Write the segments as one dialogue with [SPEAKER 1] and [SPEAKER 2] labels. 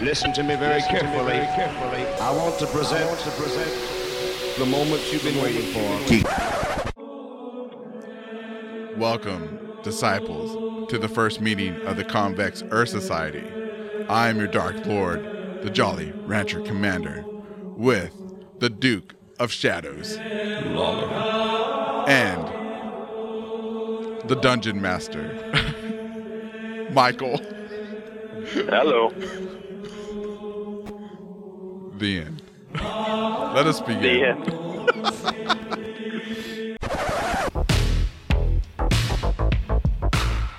[SPEAKER 1] Listen to me very carefully. I want to present, to present the moment you've been waiting for.
[SPEAKER 2] Welcome, disciples, to the first meeting of the Convex Earth Society. I am your Dark Lord, the Jolly Rancher Commander, with the Duke of Shadows. And the Dungeon Master, Michael.
[SPEAKER 3] Hello.
[SPEAKER 2] The end. Let us begin.
[SPEAKER 3] The end.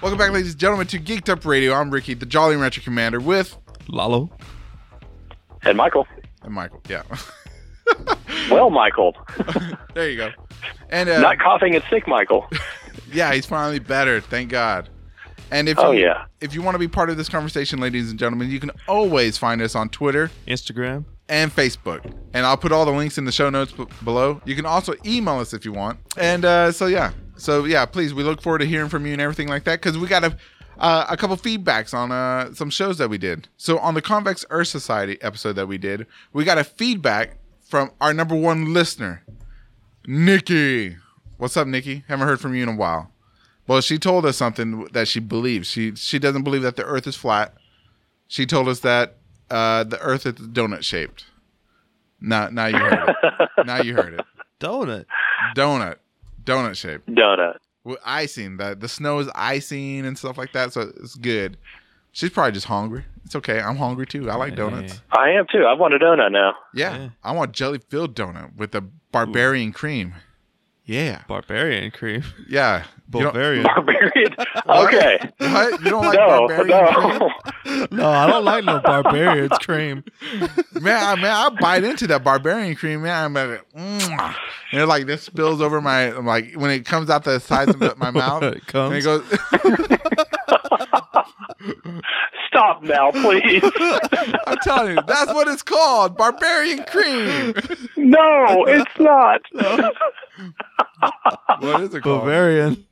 [SPEAKER 2] Welcome back, ladies and gentlemen, to Geeked Up Radio. I'm Ricky, the Jolly Rancher Commander, with
[SPEAKER 4] Lalo.
[SPEAKER 3] And Michael.
[SPEAKER 2] and Michael. Yeah,
[SPEAKER 3] Well, Michael.
[SPEAKER 2] there you go. And uh,
[SPEAKER 3] Not coughing and sick, Michael.
[SPEAKER 2] yeah, he's finally better. Thank God. And if
[SPEAKER 3] Oh,
[SPEAKER 2] you,
[SPEAKER 3] yeah.
[SPEAKER 2] if you want to be part of this conversation, ladies and gentlemen, you can always find us on Twitter
[SPEAKER 4] Instagram.
[SPEAKER 2] and Facebook. And I'll put all the links in the show notes b- below. You can also email us if you want. And uh, so yeah, so yeah, please, we look forward to hearing from you and everything like that because we got a uh, a couple feedbacks on uh, some shows that we did. So on the Convex Earth Society episode that we did, we got a feedback from our number one listener, Nikki. What's up, Nikki? Haven't heard from you in a while. Well, she told us something that she believes. She she doesn't believe that the Earth is flat. She told us that uh, the Earth is donut shaped. Now, now you heard it. now you heard it.
[SPEAKER 4] Donut.
[SPEAKER 2] Donut, donut shaped
[SPEAKER 3] Donut.
[SPEAKER 2] with icing. The the snow is icing and stuff like that, so it's good. She's probably just hungry. It's okay. I'm hungry too. I like donuts.
[SPEAKER 4] Hey.
[SPEAKER 3] I am too. I want a donut now.
[SPEAKER 2] Yeah,
[SPEAKER 4] Yeah.
[SPEAKER 2] I want jelly filled donut with the barbarian cream. Yeah,
[SPEAKER 4] Barbarian cream.
[SPEAKER 2] yeah. You don't-
[SPEAKER 4] Barbarian.
[SPEAKER 3] Barbarian. Okay.
[SPEAKER 2] What? You don't like
[SPEAKER 3] No,
[SPEAKER 2] barbarian cream?
[SPEAKER 3] no.
[SPEAKER 4] no, I don't like no barbarian's cream.
[SPEAKER 2] man, I, man, I bite into that barbarian cream, man. I'm like, "Mwah." and it like this spills over my I'm like when it comes out the sides of my mouth.
[SPEAKER 4] It
[SPEAKER 2] And it
[SPEAKER 4] comes.
[SPEAKER 2] goes,
[SPEAKER 3] Stop now, please.
[SPEAKER 2] I'm telling you, that's what it's called, barbarian cream.
[SPEAKER 3] No, it's not.
[SPEAKER 2] What is it called?
[SPEAKER 4] Bavarian.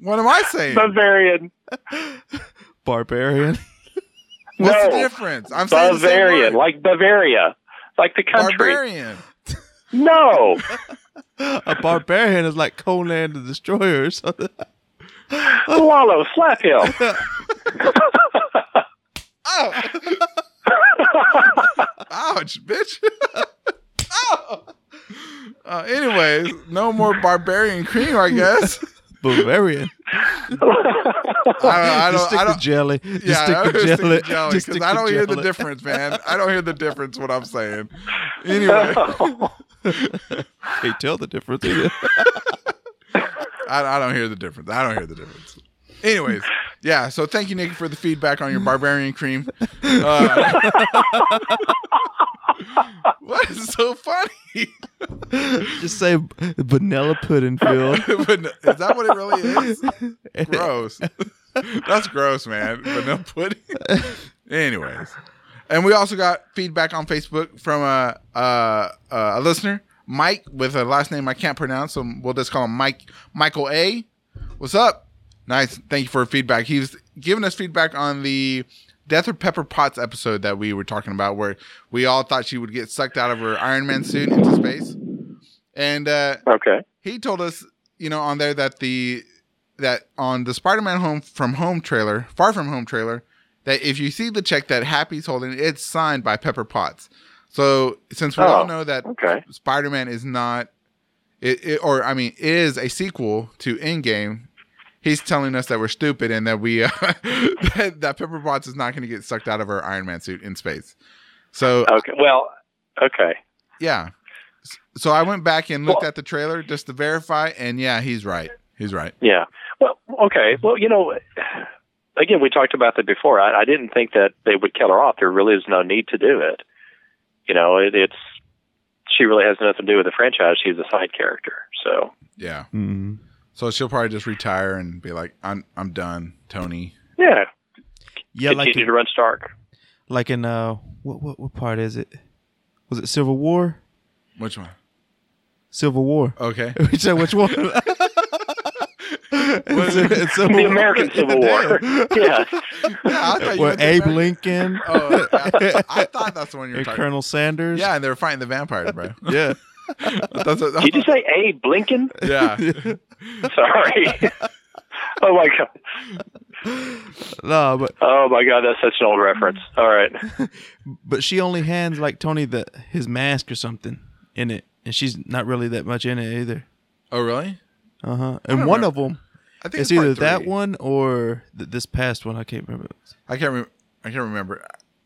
[SPEAKER 2] What am I saying?
[SPEAKER 3] Bavarian.
[SPEAKER 4] Barbarian.
[SPEAKER 2] What's the
[SPEAKER 3] No.
[SPEAKER 2] difference? I'm saying the same
[SPEAKER 3] Bavarian.
[SPEAKER 2] word.
[SPEAKER 3] Like Bavaria. Like the country.
[SPEAKER 2] barbarian.
[SPEAKER 3] No.
[SPEAKER 4] A barbarian is like Conan the Destroyer or something.
[SPEAKER 3] Lalo, slap him.
[SPEAKER 2] Oh. Ouch, bitch. Ow. Uh, anyways, no more barbarian cream, I guess.
[SPEAKER 4] Bavarian.
[SPEAKER 2] I don't, I
[SPEAKER 4] Just
[SPEAKER 2] don't,
[SPEAKER 4] stick
[SPEAKER 2] I
[SPEAKER 4] to
[SPEAKER 2] don't,
[SPEAKER 4] jelly. Just
[SPEAKER 2] Yeah,
[SPEAKER 4] stick to
[SPEAKER 2] I
[SPEAKER 4] jelly.
[SPEAKER 2] was jelly
[SPEAKER 4] Just
[SPEAKER 2] because
[SPEAKER 4] stick
[SPEAKER 2] I
[SPEAKER 4] to
[SPEAKER 2] don't hear the
[SPEAKER 4] jelly.
[SPEAKER 2] difference, man. I don't hear the difference. What I'm saying. Anyway,
[SPEAKER 4] Can't tell the difference either.
[SPEAKER 2] I, I don't hear the difference. I don't hear the difference. Anyways, yeah. So thank you, Nikki, for the feedback on your barbarian cream. Uh, what is so funny?
[SPEAKER 4] Just say vanilla pudding filled.
[SPEAKER 2] but no- is that what it really is? Gross. That's gross, man. Vanilla pudding. Anyways, and we also got feedback on Facebook from a a, a listener, Mike, with a last name I can't pronounce, so we'll just call him Mike Michael A. What's up? Nice. Thank you for feedback. He was giving us feedback on the Death or Pepper Potts episode that we were talking about, where we all thought she would get sucked out of her Iron Man suit into space, and uh,
[SPEAKER 3] okay.
[SPEAKER 2] he told us, you know, on there that the that on the Spider-Man Home from Home trailer, Far From Home trailer, that if you see the check that Happy's holding, it's signed by Pepper Potts. So since we all
[SPEAKER 3] Oh,
[SPEAKER 2] know that
[SPEAKER 3] Okay.
[SPEAKER 2] Spider-Man is not, it, it or I mean is a sequel to Endgame, he's telling us that we're stupid and that we uh, that, that Pepper Potts is not going to get sucked out of her Iron Man suit in space. So
[SPEAKER 3] Okay. Well, okay.
[SPEAKER 2] yeah. S- So I went back and looked
[SPEAKER 3] Well-
[SPEAKER 2] at the trailer just to verify, and yeah, he's right. He's right.
[SPEAKER 3] Yeah. Well, okay. Well, you know, again, we talked about that before. I, I didn't think that they would kill her off. There really is no need to do it. You know, it, it's she really has nothing to do with the franchise. She's a side character. So
[SPEAKER 2] Yeah.
[SPEAKER 4] Mm.
[SPEAKER 2] So she'll probably just retire and be like, "I'm I'm done, Tony."
[SPEAKER 3] yeah,
[SPEAKER 4] Yeah, like
[SPEAKER 3] continue to run Stark.
[SPEAKER 4] like in uh, what what what part is it? Was it Civil War?
[SPEAKER 2] Which one?
[SPEAKER 4] Civil War.
[SPEAKER 2] Okay.
[SPEAKER 4] We said which one? It's- it's Civil
[SPEAKER 3] The
[SPEAKER 4] War.
[SPEAKER 3] American Civil War. yeah.
[SPEAKER 2] I thought you
[SPEAKER 4] Where
[SPEAKER 2] meant the
[SPEAKER 4] Abe
[SPEAKER 2] vampire-
[SPEAKER 4] Lincoln
[SPEAKER 2] Oh, I, I thought that's the one you were
[SPEAKER 4] and
[SPEAKER 2] talking.
[SPEAKER 4] Colonel Sanders.
[SPEAKER 2] Yeah, and they were fighting the vampires, bro.
[SPEAKER 4] yeah.
[SPEAKER 2] That's what,
[SPEAKER 3] Did you say A. Blinken?
[SPEAKER 2] yeah.
[SPEAKER 3] Sorry. oh my god.
[SPEAKER 4] No, but
[SPEAKER 3] Oh my god. That's such an old reference. All right.
[SPEAKER 4] but she only hands like Tony the his mask or something in it, and she's not really that much in it either.
[SPEAKER 2] Oh, really?
[SPEAKER 4] Uh huh. And one of them,
[SPEAKER 2] I think
[SPEAKER 4] it's,
[SPEAKER 2] it's,
[SPEAKER 4] either
[SPEAKER 2] part three.
[SPEAKER 4] that one or th- this past one. I can't remember.
[SPEAKER 2] I can't. Re- I can't remember.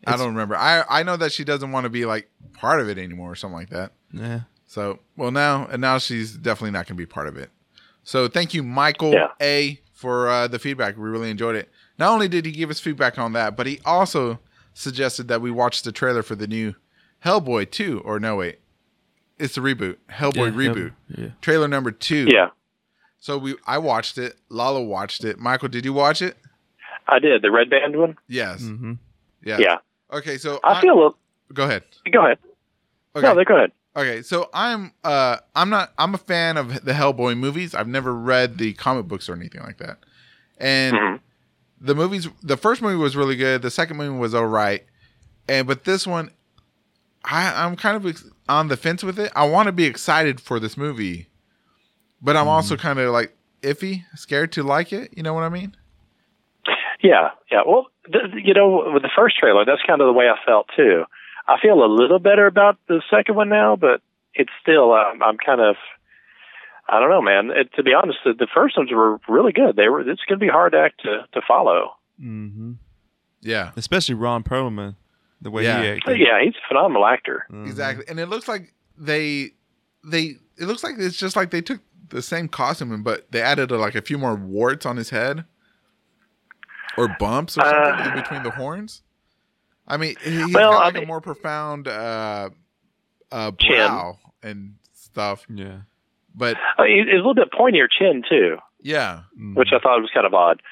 [SPEAKER 2] I
[SPEAKER 4] It's-
[SPEAKER 2] don't remember. I I know that she doesn't want to be like part of it anymore or something like that.
[SPEAKER 4] Yeah.
[SPEAKER 2] So well now and now she's definitely not going to be part of it. So thank you, Michael
[SPEAKER 3] Yeah.
[SPEAKER 2] A, for uh, the feedback. We really enjoyed it. Not only did he give us feedback on that, but he also suggested that we watch the trailer for the new Hellboy two. Or no, wait, it's the reboot Hellboy
[SPEAKER 4] Yeah,
[SPEAKER 2] reboot
[SPEAKER 4] Yeah.
[SPEAKER 2] trailer number two.
[SPEAKER 3] Yeah.
[SPEAKER 2] So we I watched it. Lala watched it. Michael, did you watch it?
[SPEAKER 3] I did the red band one.
[SPEAKER 2] Yes.
[SPEAKER 4] Mm-hmm.
[SPEAKER 2] Yes.
[SPEAKER 3] Yeah.
[SPEAKER 2] Okay. So
[SPEAKER 3] I feel. A,
[SPEAKER 2] Go ahead.
[SPEAKER 3] go ahead.
[SPEAKER 2] Okay.
[SPEAKER 3] No, they go ahead.
[SPEAKER 2] Okay, so I'm uh I'm not I'm a fan of the Hellboy movies. I've never read the comic books or anything like that. And
[SPEAKER 3] Mhm.
[SPEAKER 2] the movies the first movie was really good, the second movie was all right. And but this one I I'm kind of ex- on the fence with it. I want to be excited for this movie, but I'm also kind of like iffy, scared to like it, you know what I mean?
[SPEAKER 3] Yeah, yeah. Well, th- th- you know, with the first trailer, that's kind of the way I felt too. I feel a little better about the second one now, but it's still um, I'm kind of I don't know, man. It, to be honest, the, the first ones were really good. They were. It's going to be a hard act to to follow.
[SPEAKER 4] Mm-hmm.
[SPEAKER 2] Yeah.
[SPEAKER 4] Especially Ron Perlman, the way
[SPEAKER 2] Yeah.
[SPEAKER 4] he acted.
[SPEAKER 3] Yeah, he's a phenomenal actor.
[SPEAKER 4] Mhm.
[SPEAKER 2] Exactly. And it looks like they they it looks like it's just like they took the same costume and but they added uh like a few more warts on his head or bumps or something
[SPEAKER 3] Uh.
[SPEAKER 2] in between the horns. I mean, he- he's
[SPEAKER 3] Well,
[SPEAKER 2] got
[SPEAKER 3] I
[SPEAKER 2] like a
[SPEAKER 3] mean-
[SPEAKER 2] more profound uh uh
[SPEAKER 3] Chin.
[SPEAKER 2] brow and stuff,
[SPEAKER 4] Yeah.
[SPEAKER 2] but
[SPEAKER 3] Uh, he- he's a little bit pointier chin too,
[SPEAKER 2] yeah.
[SPEAKER 4] Mhm.
[SPEAKER 3] which I thought was kind of odd.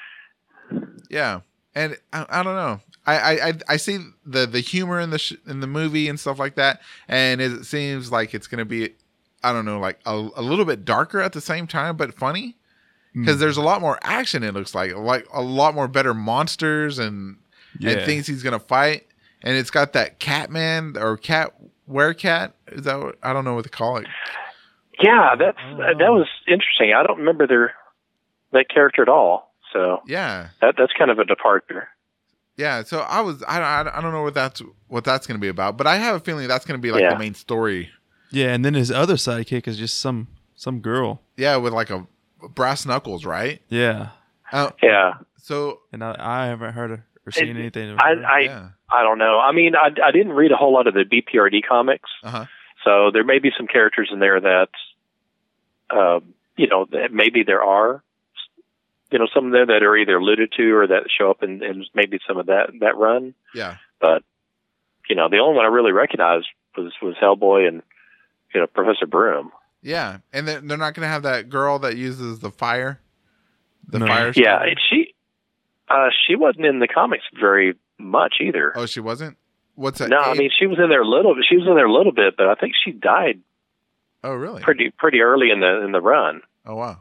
[SPEAKER 2] Yeah, and I, I don't know. I, I I- I see the the humor in the sh- in the movie and stuff like that, and it seems like it's gonna be, I don't know, like a, a little bit darker at the same time, but funny because there's a lot more action. It looks like like a lot more better monsters and and
[SPEAKER 4] Yeah.
[SPEAKER 2] things he's gonna fight, and it's got that Catman or Cat Cat is that what, I don't know what to call it.
[SPEAKER 3] Yeah, that's
[SPEAKER 4] Oh.
[SPEAKER 3] that was interesting. I don't remember their that character at all. So
[SPEAKER 2] Yeah,
[SPEAKER 3] that that's kind of a departure.
[SPEAKER 2] yeah. So I was I, I, I don't know what that's what that's gonna be about, but I have a feeling that's gonna be like
[SPEAKER 3] Yeah.
[SPEAKER 2] the main story.
[SPEAKER 4] Yeah, and then his other sidekick is just some some girl.
[SPEAKER 2] Yeah, with like a brass knuckles, right?
[SPEAKER 4] Yeah.
[SPEAKER 2] Uh,
[SPEAKER 3] Yeah,
[SPEAKER 2] so
[SPEAKER 4] And I, I haven't heard her or seen
[SPEAKER 3] And
[SPEAKER 4] anything. Of
[SPEAKER 3] I
[SPEAKER 4] her.
[SPEAKER 3] I,
[SPEAKER 2] yeah,
[SPEAKER 3] I don't know. I mean, I, I didn't read a whole lot of the BPRD comics,
[SPEAKER 2] uh-huh.
[SPEAKER 3] so there may be some characters in there that, um, you know, that maybe there are, you know, some there that are either alluded to or that show up in, in maybe some of that that run.
[SPEAKER 2] yeah,
[SPEAKER 3] But you know, the only one I really recognized was was Hellboy and you know Professor Broom.
[SPEAKER 2] yeah. And they're, they're not gonna have that girl that uses the fire, the
[SPEAKER 4] No.
[SPEAKER 2] fire.
[SPEAKER 3] Yeah,
[SPEAKER 2] starter?
[SPEAKER 3] and she uh, she wasn't in the comics very much either.
[SPEAKER 2] Oh, she wasn't. What's that?
[SPEAKER 3] no, I
[SPEAKER 2] Abe-
[SPEAKER 3] mean she was in there a little. She was in there a little bit, but I think she died
[SPEAKER 2] Oh, really?
[SPEAKER 3] pretty pretty early in the in the run.
[SPEAKER 2] Oh, wow.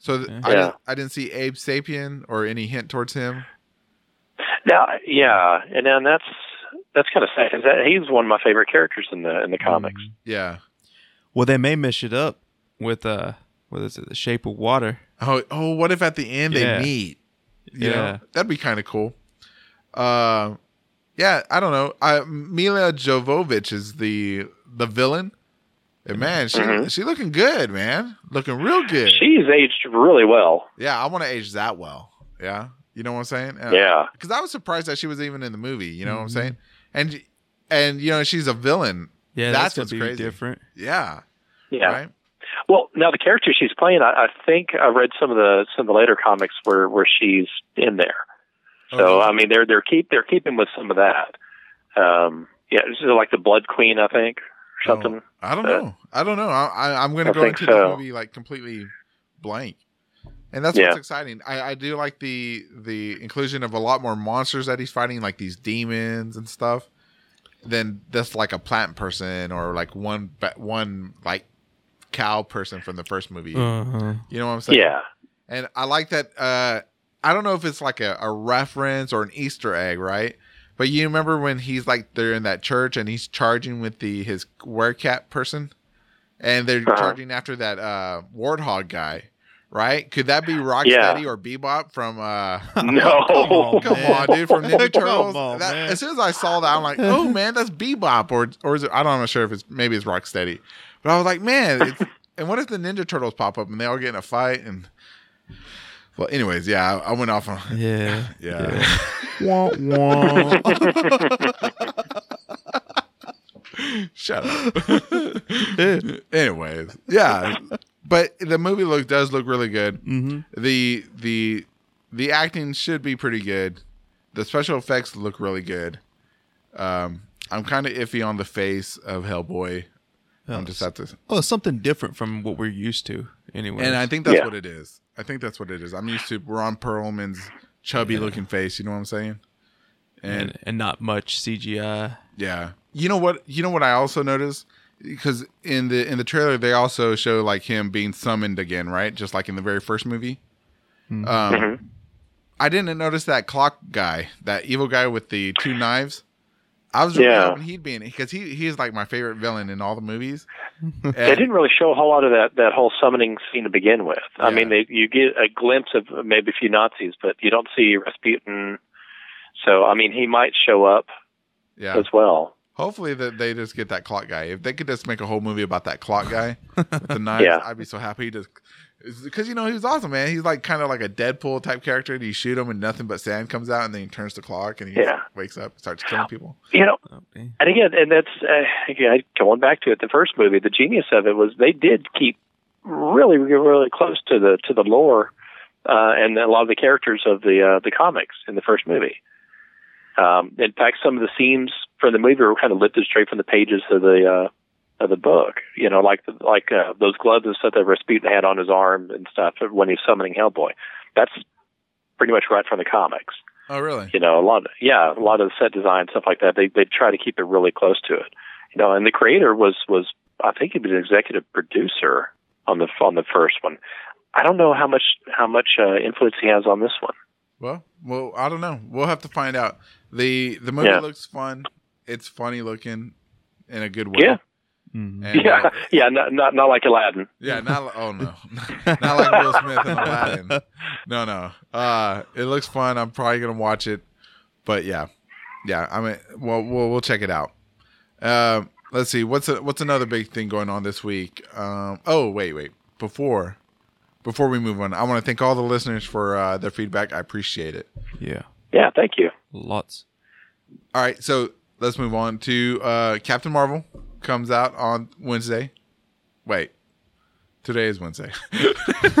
[SPEAKER 2] So th-
[SPEAKER 4] Yeah.
[SPEAKER 2] I,
[SPEAKER 3] Yeah.
[SPEAKER 2] didn't, I didn't see Abe Sapien or any hint towards him.
[SPEAKER 3] Now, yeah, and then that's that's kind of sad 'cause that he's one of my favorite characters in the in the comics.
[SPEAKER 2] Yeah.
[SPEAKER 4] well, they may mess it up with uh, what is it, The Shape of Water?
[SPEAKER 2] Oh, oh. What if at the end
[SPEAKER 4] Yeah.
[SPEAKER 2] they meet? You
[SPEAKER 4] Yeah.
[SPEAKER 2] know? that'd be kind of cool. Uh, yeah, I don't know. I, Mila Jovovich is the the villain. And man, she
[SPEAKER 3] Mhm.
[SPEAKER 2] she looking good, man. Looking real good.
[SPEAKER 3] She's aged really well.
[SPEAKER 2] yeah, I want to age that well. Yeah, you know what I'm saying?
[SPEAKER 3] Yeah,
[SPEAKER 2] Because I was surprised that she was even in the movie. You know what I'm
[SPEAKER 4] Mhm.
[SPEAKER 2] saying? And and you know she's a villain.
[SPEAKER 4] Yeah,
[SPEAKER 2] That's
[SPEAKER 4] that's,
[SPEAKER 2] what's
[SPEAKER 4] gonna be
[SPEAKER 2] crazy.
[SPEAKER 4] different.
[SPEAKER 2] Yeah.
[SPEAKER 3] yeah.
[SPEAKER 2] Right.
[SPEAKER 3] Well, now the character she's playing, I, I think I read some of the some of the later comics where where she's in there. So
[SPEAKER 2] Okay.
[SPEAKER 3] I mean, they're they're keep they're keeping with some of that. Um, yeah, this is like the Blood Queen, I think, or something.
[SPEAKER 2] I don't
[SPEAKER 3] Uh,
[SPEAKER 2] know. I don't know. I, I, I'm going to
[SPEAKER 3] I
[SPEAKER 2] go
[SPEAKER 3] think
[SPEAKER 2] into
[SPEAKER 3] so.
[SPEAKER 2] this movie like completely blank, and that's
[SPEAKER 3] Yeah.
[SPEAKER 2] what's exciting. I, I do like the the inclusion of a lot more monsters that he's fighting, like these demons and stuff, than just like a plant person or like one ba- one like cow person from the first movie.
[SPEAKER 4] Uh huh.
[SPEAKER 2] Uh-huh. You know what I'm saying?
[SPEAKER 3] Yeah,
[SPEAKER 2] And I like that. Uh, I don't know if it's like a, a reference or an Easter egg, right? But you remember when he's like they're in that church and he's charging with the his werecat person, and they're
[SPEAKER 3] Uh-huh.
[SPEAKER 2] charging after that uh, warthog guy, right? Could that be Rocksteady or Bebop from? Uh,
[SPEAKER 3] No.
[SPEAKER 4] Come on,
[SPEAKER 2] Come on, dude, from Ninja
[SPEAKER 4] Come
[SPEAKER 2] Turtles.
[SPEAKER 4] on,
[SPEAKER 2] That-
[SPEAKER 4] man.
[SPEAKER 2] as soon as I saw that, I'm like, oh man, that's Bebop, or or is it? I don't. I'm not sure if it's maybe it's Rocksteady, but I was like, man, it's, and what if the Ninja Turtles pop up and they all get in a fight and? Well, anyways, yeah, I, I went off on
[SPEAKER 4] Yeah.
[SPEAKER 2] yeah.
[SPEAKER 4] wah, wah.
[SPEAKER 2] Shut up. Eh. Anyways, yeah, but the movie look does look really good.
[SPEAKER 4] Mhm.
[SPEAKER 2] The the the acting should be pretty good. The special effects look really good. Um, I'm kind of iffy on the face of Hellboy. I'm just have to,
[SPEAKER 4] Well, it's Oh, something different from what we're used to, anyway.
[SPEAKER 2] and I think that's
[SPEAKER 3] Yeah.
[SPEAKER 2] what it is. I think that's what it is. I'm used to Ron Perlman's chubby looking face. You know what I'm saying? And
[SPEAKER 4] and, and not much CGI.
[SPEAKER 2] Yeah. You know what? You know what I also noticed because in the in the trailer they also show like him being summoned again, right? Just like in the very first movie. Um,
[SPEAKER 3] Mm-hmm.
[SPEAKER 2] I didn't notice that clock guy, that evil guy with the two knives. I was really
[SPEAKER 3] Yeah.
[SPEAKER 2] hoping he'd be in it because he he's like my favorite villain in all the movies.
[SPEAKER 3] They
[SPEAKER 2] And-
[SPEAKER 3] didn't really show a whole lot of that that whole summoning scene to begin with. I
[SPEAKER 2] Yeah.
[SPEAKER 3] mean, they, you get a glimpse of maybe a few Nazis, but you don't see Rasputin. So, I mean, he might show up
[SPEAKER 2] yeah.
[SPEAKER 3] as well.
[SPEAKER 2] Hopefully that they just get that clock guy. If they could just make a whole movie about that clock guy with the knives,
[SPEAKER 3] Yeah.
[SPEAKER 2] I'd be so happy. Just because you know he was awesome, man. He's like kind of like a Deadpool type character. And you shoot him, and nothing but sand comes out, and then he turns the clock, and he
[SPEAKER 3] Yeah.
[SPEAKER 2] wakes up, starts killing people.
[SPEAKER 3] You know,
[SPEAKER 4] Okay.
[SPEAKER 3] and again, and that's uh, again going back to it. The first movie, the genius of it was they did keep really, really close to the to the lore uh, and a lot of the characters of the uh, the comics in the first movie. Um, in fact, some of the scenes from the movie were kind of lifted straight from the pages of the uh, of the book. You know, like like uh, those gloves and stuff that Rasputin had on his arm and stuff when he was summoning Hellboy. That's pretty much right from the comics
[SPEAKER 2] Oh, really?
[SPEAKER 3] you know a lot yeah a lot of the set design stuff like that they they try to keep it really close to it you know and the creator was was i think he was an executive producer on the on the first one i don't know how much how much uh, influence he has on this one
[SPEAKER 2] Well, well, I don't know. We'll have to find out. the The movie
[SPEAKER 3] Yeah.
[SPEAKER 2] looks fun. It's funny looking, in a good way.
[SPEAKER 3] Yeah.
[SPEAKER 4] Mhm.
[SPEAKER 2] And,
[SPEAKER 3] yeah
[SPEAKER 2] uh,
[SPEAKER 3] yeah not not, not like aladdin
[SPEAKER 2] Yeah, not li- oh no, not like Will Smith and Aladdin. No, no. Uh, it looks fun. I'm probably gonna watch it, but yeah, yeah. I mean, well, we'll, we'll check it out. Um, let's see. What's a, what's another big thing going on this week? Um, oh wait, wait. Before before we move on, I want to thank all the listeners for uh, their feedback. I appreciate it.
[SPEAKER 4] Yeah.
[SPEAKER 3] yeah thank you
[SPEAKER 4] Lots.
[SPEAKER 2] All right, so let's move on to uh, Captain Marvel comes out on Wednesday. Wait, today is Wednesday.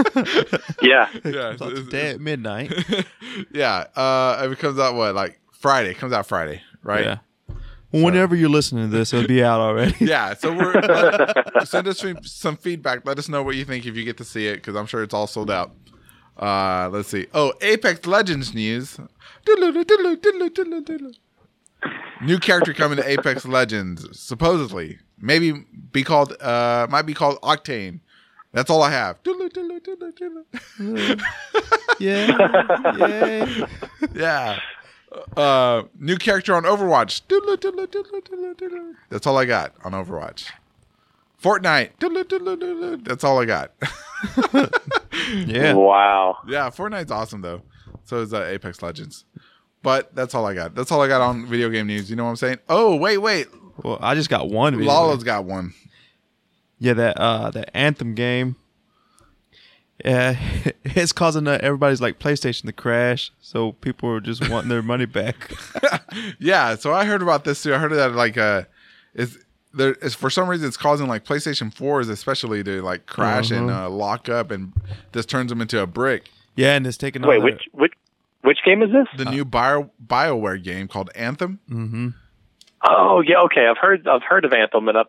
[SPEAKER 3] yeah
[SPEAKER 2] yeah,
[SPEAKER 4] Lots
[SPEAKER 2] it's-
[SPEAKER 4] today at midnight.
[SPEAKER 2] yeah. Uh, it comes out what like Friday. It comes out Friday, right?
[SPEAKER 4] Yeah. Whenever you're listening to this, it'll be out already.
[SPEAKER 2] Yeah, so we're send us some- some feedback. Let us know what you think if you get to see it, because I'm sure it's all sold out. Uh, let's see. Oh, Apex Legends news. Doodaloo, doodaloo, doodaloo, doodaloo, doodaloo. New character coming to Apex Legends, supposedly. Maybe be called. Uh, might be called Octane. That's all I have. Doodaloo, doodaloo, doodaloo, doodaloo.
[SPEAKER 4] yeah. Yeah.
[SPEAKER 2] yeah. Uh, new character on Overwatch. Doodle, doodle, doodle, doodle, doodle. That's all I got on Overwatch. Fortnite. Doodle, doodle, doodle. That's all I got.
[SPEAKER 4] Yeah.
[SPEAKER 3] wow
[SPEAKER 2] yeah, Fortnite's awesome though. So is uh, Apex Legends. But that's all I got. That's all I got on video game news. You know what I'm saying? Oh, wait, wait.
[SPEAKER 4] Well, I just got one. video.
[SPEAKER 2] Lalo's got one.
[SPEAKER 4] Yeah, that uh that Anthem game. Yeah, it's causing uh, everybody's like PlayStation to crash, so people are just wanting their money back.
[SPEAKER 2] yeah, so I heard about this too. I heard that like uh is there is for some reason it's causing like PlayStation 4s especially to like crash and uh, lock up and this turns them into a brick.
[SPEAKER 4] Yeah, and it's taking
[SPEAKER 3] wait
[SPEAKER 4] all their-
[SPEAKER 3] which which which game is this
[SPEAKER 2] the new Bio Bioware game called Anthem.
[SPEAKER 4] mm-hmm,
[SPEAKER 3] oh yeah okay i've heard i've heard of anthem and I've,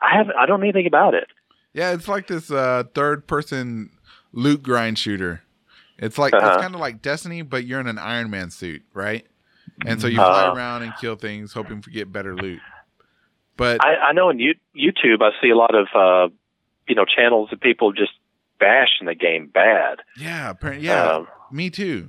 [SPEAKER 3] i haven't i don't know anything about it
[SPEAKER 2] Yeah, it's like this uh, third-person loot grind shooter. It's like
[SPEAKER 3] Uh-huh.
[SPEAKER 2] it's kind of like Destiny, but you're in an Iron Man suit, right? And so you fly
[SPEAKER 3] Uh.
[SPEAKER 2] around and kill things, hoping to get better loot. But
[SPEAKER 3] I, I know on you, YouTube, I see a lot of uh, you know channels of people just bashing the game bad.
[SPEAKER 2] Yeah, apparently. Yeah,
[SPEAKER 3] Um,
[SPEAKER 2] me too.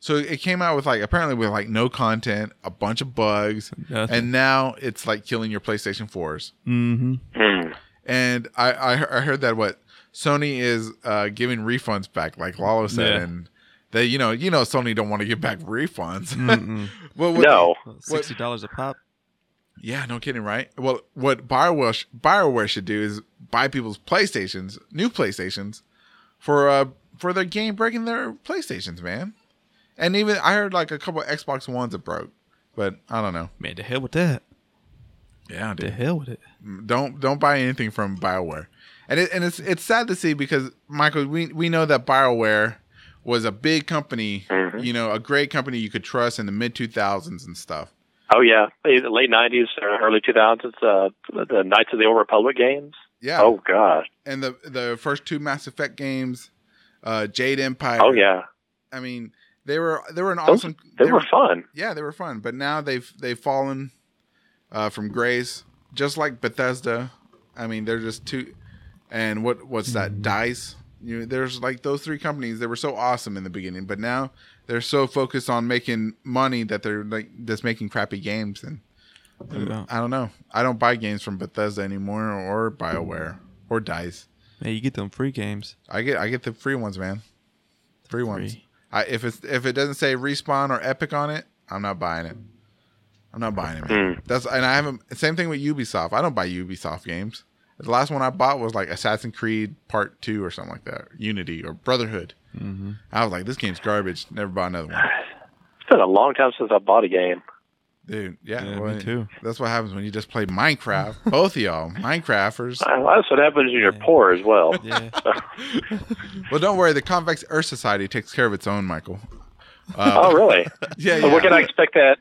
[SPEAKER 2] So it came out with like apparently with like no content, a bunch of bugs,
[SPEAKER 4] Nothing.
[SPEAKER 2] and now it's like killing your PlayStation fours.
[SPEAKER 4] Mm-hmm.
[SPEAKER 3] Hmm.
[SPEAKER 2] And I I, he- I heard that what Sony is uh, giving refunds back, like Lalo said,
[SPEAKER 4] Yeah.
[SPEAKER 2] and they you know you know Sony don't want to give back refunds.
[SPEAKER 4] Mm-mm.
[SPEAKER 2] well, what-
[SPEAKER 3] No,
[SPEAKER 4] Sixty dollars a pop.
[SPEAKER 2] Yeah, no kidding, right? Well, what Bioware sh- Bioware should do is buy people's PlayStations, new PlayStations, for uh for their game breaking their PlayStations, man. And even I heard like a couple Xbox Ones that broke, but I don't know.
[SPEAKER 4] Man, the hell with that.
[SPEAKER 2] Yeah,
[SPEAKER 4] The hell with it.
[SPEAKER 2] don't don't buy anything from Bioware. And it, and it's it's sad to see because Michael, we we know that Bioware was a big company,
[SPEAKER 3] Mhm.
[SPEAKER 2] you know, a great company you could trust in the mid two thousands and stuff.
[SPEAKER 3] oh yeah, the late nineties, early two thousands, uh, the Knights of the Old Republic games.
[SPEAKER 2] Yeah.
[SPEAKER 3] Oh god,
[SPEAKER 2] and the the first two Mass Effect games, uh, Jade Empire.
[SPEAKER 3] oh yeah,
[SPEAKER 2] I mean, they were they were an
[SPEAKER 3] Those-
[SPEAKER 2] awesome.
[SPEAKER 3] they were fun.
[SPEAKER 2] yeah, they were fun. But now they've they've fallen uh, from grace, just like Bethesda. I mean, they're just too. And what what's that? Dice. You know, there's like those three companies. They were so awesome in the beginning, but now they're so focused on making money that they're like just making crappy games. And
[SPEAKER 4] Yeah.
[SPEAKER 2] I don't know. I don't buy games from Bethesda anymore, or Bioware, or Dice.
[SPEAKER 4] Man, you get them free games.
[SPEAKER 2] I get I get the free ones, man. Free ones.
[SPEAKER 4] Free.
[SPEAKER 2] I if it's if it doesn't say respawn or epic on it, I'm not buying it. I'm not buying it, man. That's and I haven't same thing with Ubisoft. I don't buy Ubisoft games. The last one I bought was like Assassin's Creed Part Two or something like that. Unity or Brotherhood. I was like, this game's garbage. Never buy another one.
[SPEAKER 3] It's been a long time since I bought a game.
[SPEAKER 2] Dude, yeah.
[SPEAKER 4] Yeah, me
[SPEAKER 2] well,
[SPEAKER 4] too.
[SPEAKER 2] That's what happens when you just play Minecraft. Both of y'all, Minecrafters.
[SPEAKER 3] Uh, That's what happens when you're poor as well.
[SPEAKER 4] Yeah.
[SPEAKER 2] Well, don't worry. The Convex Earth Society takes care of its own, Michael.
[SPEAKER 3] Oh really?
[SPEAKER 2] Yeah,
[SPEAKER 3] Well,
[SPEAKER 2] yeah.
[SPEAKER 3] Where can I expect that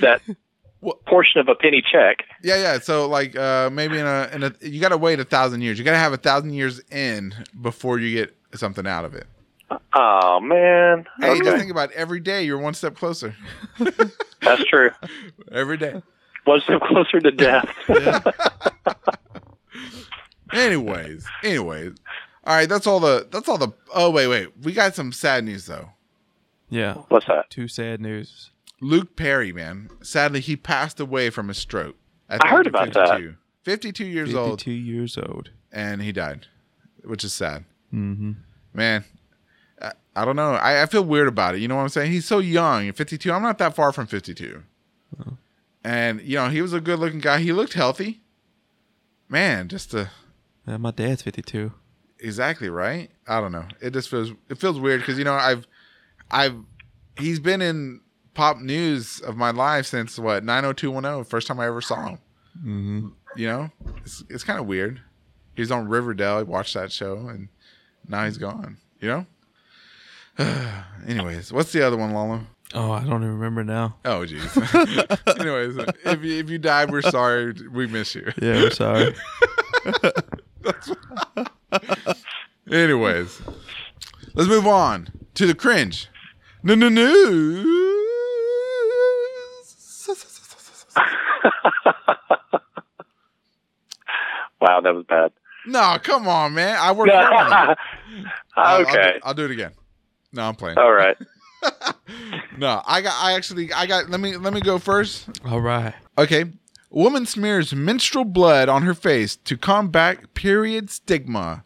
[SPEAKER 3] that
[SPEAKER 2] What-
[SPEAKER 3] portion of a penny check?
[SPEAKER 2] Yeah, yeah. So like uh maybe in a in a you gotta wait a thousand years. You gotta have a thousand years in before you get something out of it.
[SPEAKER 3] Oh man,
[SPEAKER 2] Hey, just
[SPEAKER 3] okay,
[SPEAKER 2] think about it. every day you're one step closer.
[SPEAKER 3] that's true.
[SPEAKER 2] Every day.
[SPEAKER 3] One step closer to death.
[SPEAKER 2] Anyways, anyways. All right, that's all the that's all the oh wait, wait. We got some sad news though.
[SPEAKER 4] yeah.
[SPEAKER 3] What's that?
[SPEAKER 4] Two sad news.
[SPEAKER 2] Luke Perry, man. Sadly he passed away from a stroke. at the
[SPEAKER 3] I heard
[SPEAKER 2] age of
[SPEAKER 3] about that.
[SPEAKER 2] 52. Fifty two years old
[SPEAKER 4] Fifty-two years old.
[SPEAKER 2] and he died. Which is sad.
[SPEAKER 4] Mm-hmm.
[SPEAKER 2] man I, I don't know I, I feel weird about it you know what i'm saying he's so young 52 i'm not that far from 52 and you know he was a good looking guy he looked healthy man just uh
[SPEAKER 4] Yeah, my dad's fifty-two.
[SPEAKER 2] exactly right i don't know it just feels it feels weird because you know i've i've he's been in pop news of my life since what 90210 first time i ever saw him
[SPEAKER 4] Mm-hmm.
[SPEAKER 2] you know it's, it's kind of weird he was on riverdale i watched that show and now he's gone you know anyways what's the other one lalo
[SPEAKER 4] Oh, I don't even remember now.
[SPEAKER 2] oh jeez anyways if you, if you died we're sorry we miss you
[SPEAKER 4] Yeah, I'm sorry.
[SPEAKER 2] anyways let's move on to the cringe no no news
[SPEAKER 3] Wow, that was bad.
[SPEAKER 2] no come on man i worked hard on that.
[SPEAKER 3] okay.
[SPEAKER 2] I'll- I'll do- I'll do it again no i'm playing
[SPEAKER 3] All right.
[SPEAKER 2] no i got i actually i got let me let me go first
[SPEAKER 4] All right.
[SPEAKER 2] Okay. Woman smears menstrual blood on her face to combat period stigma.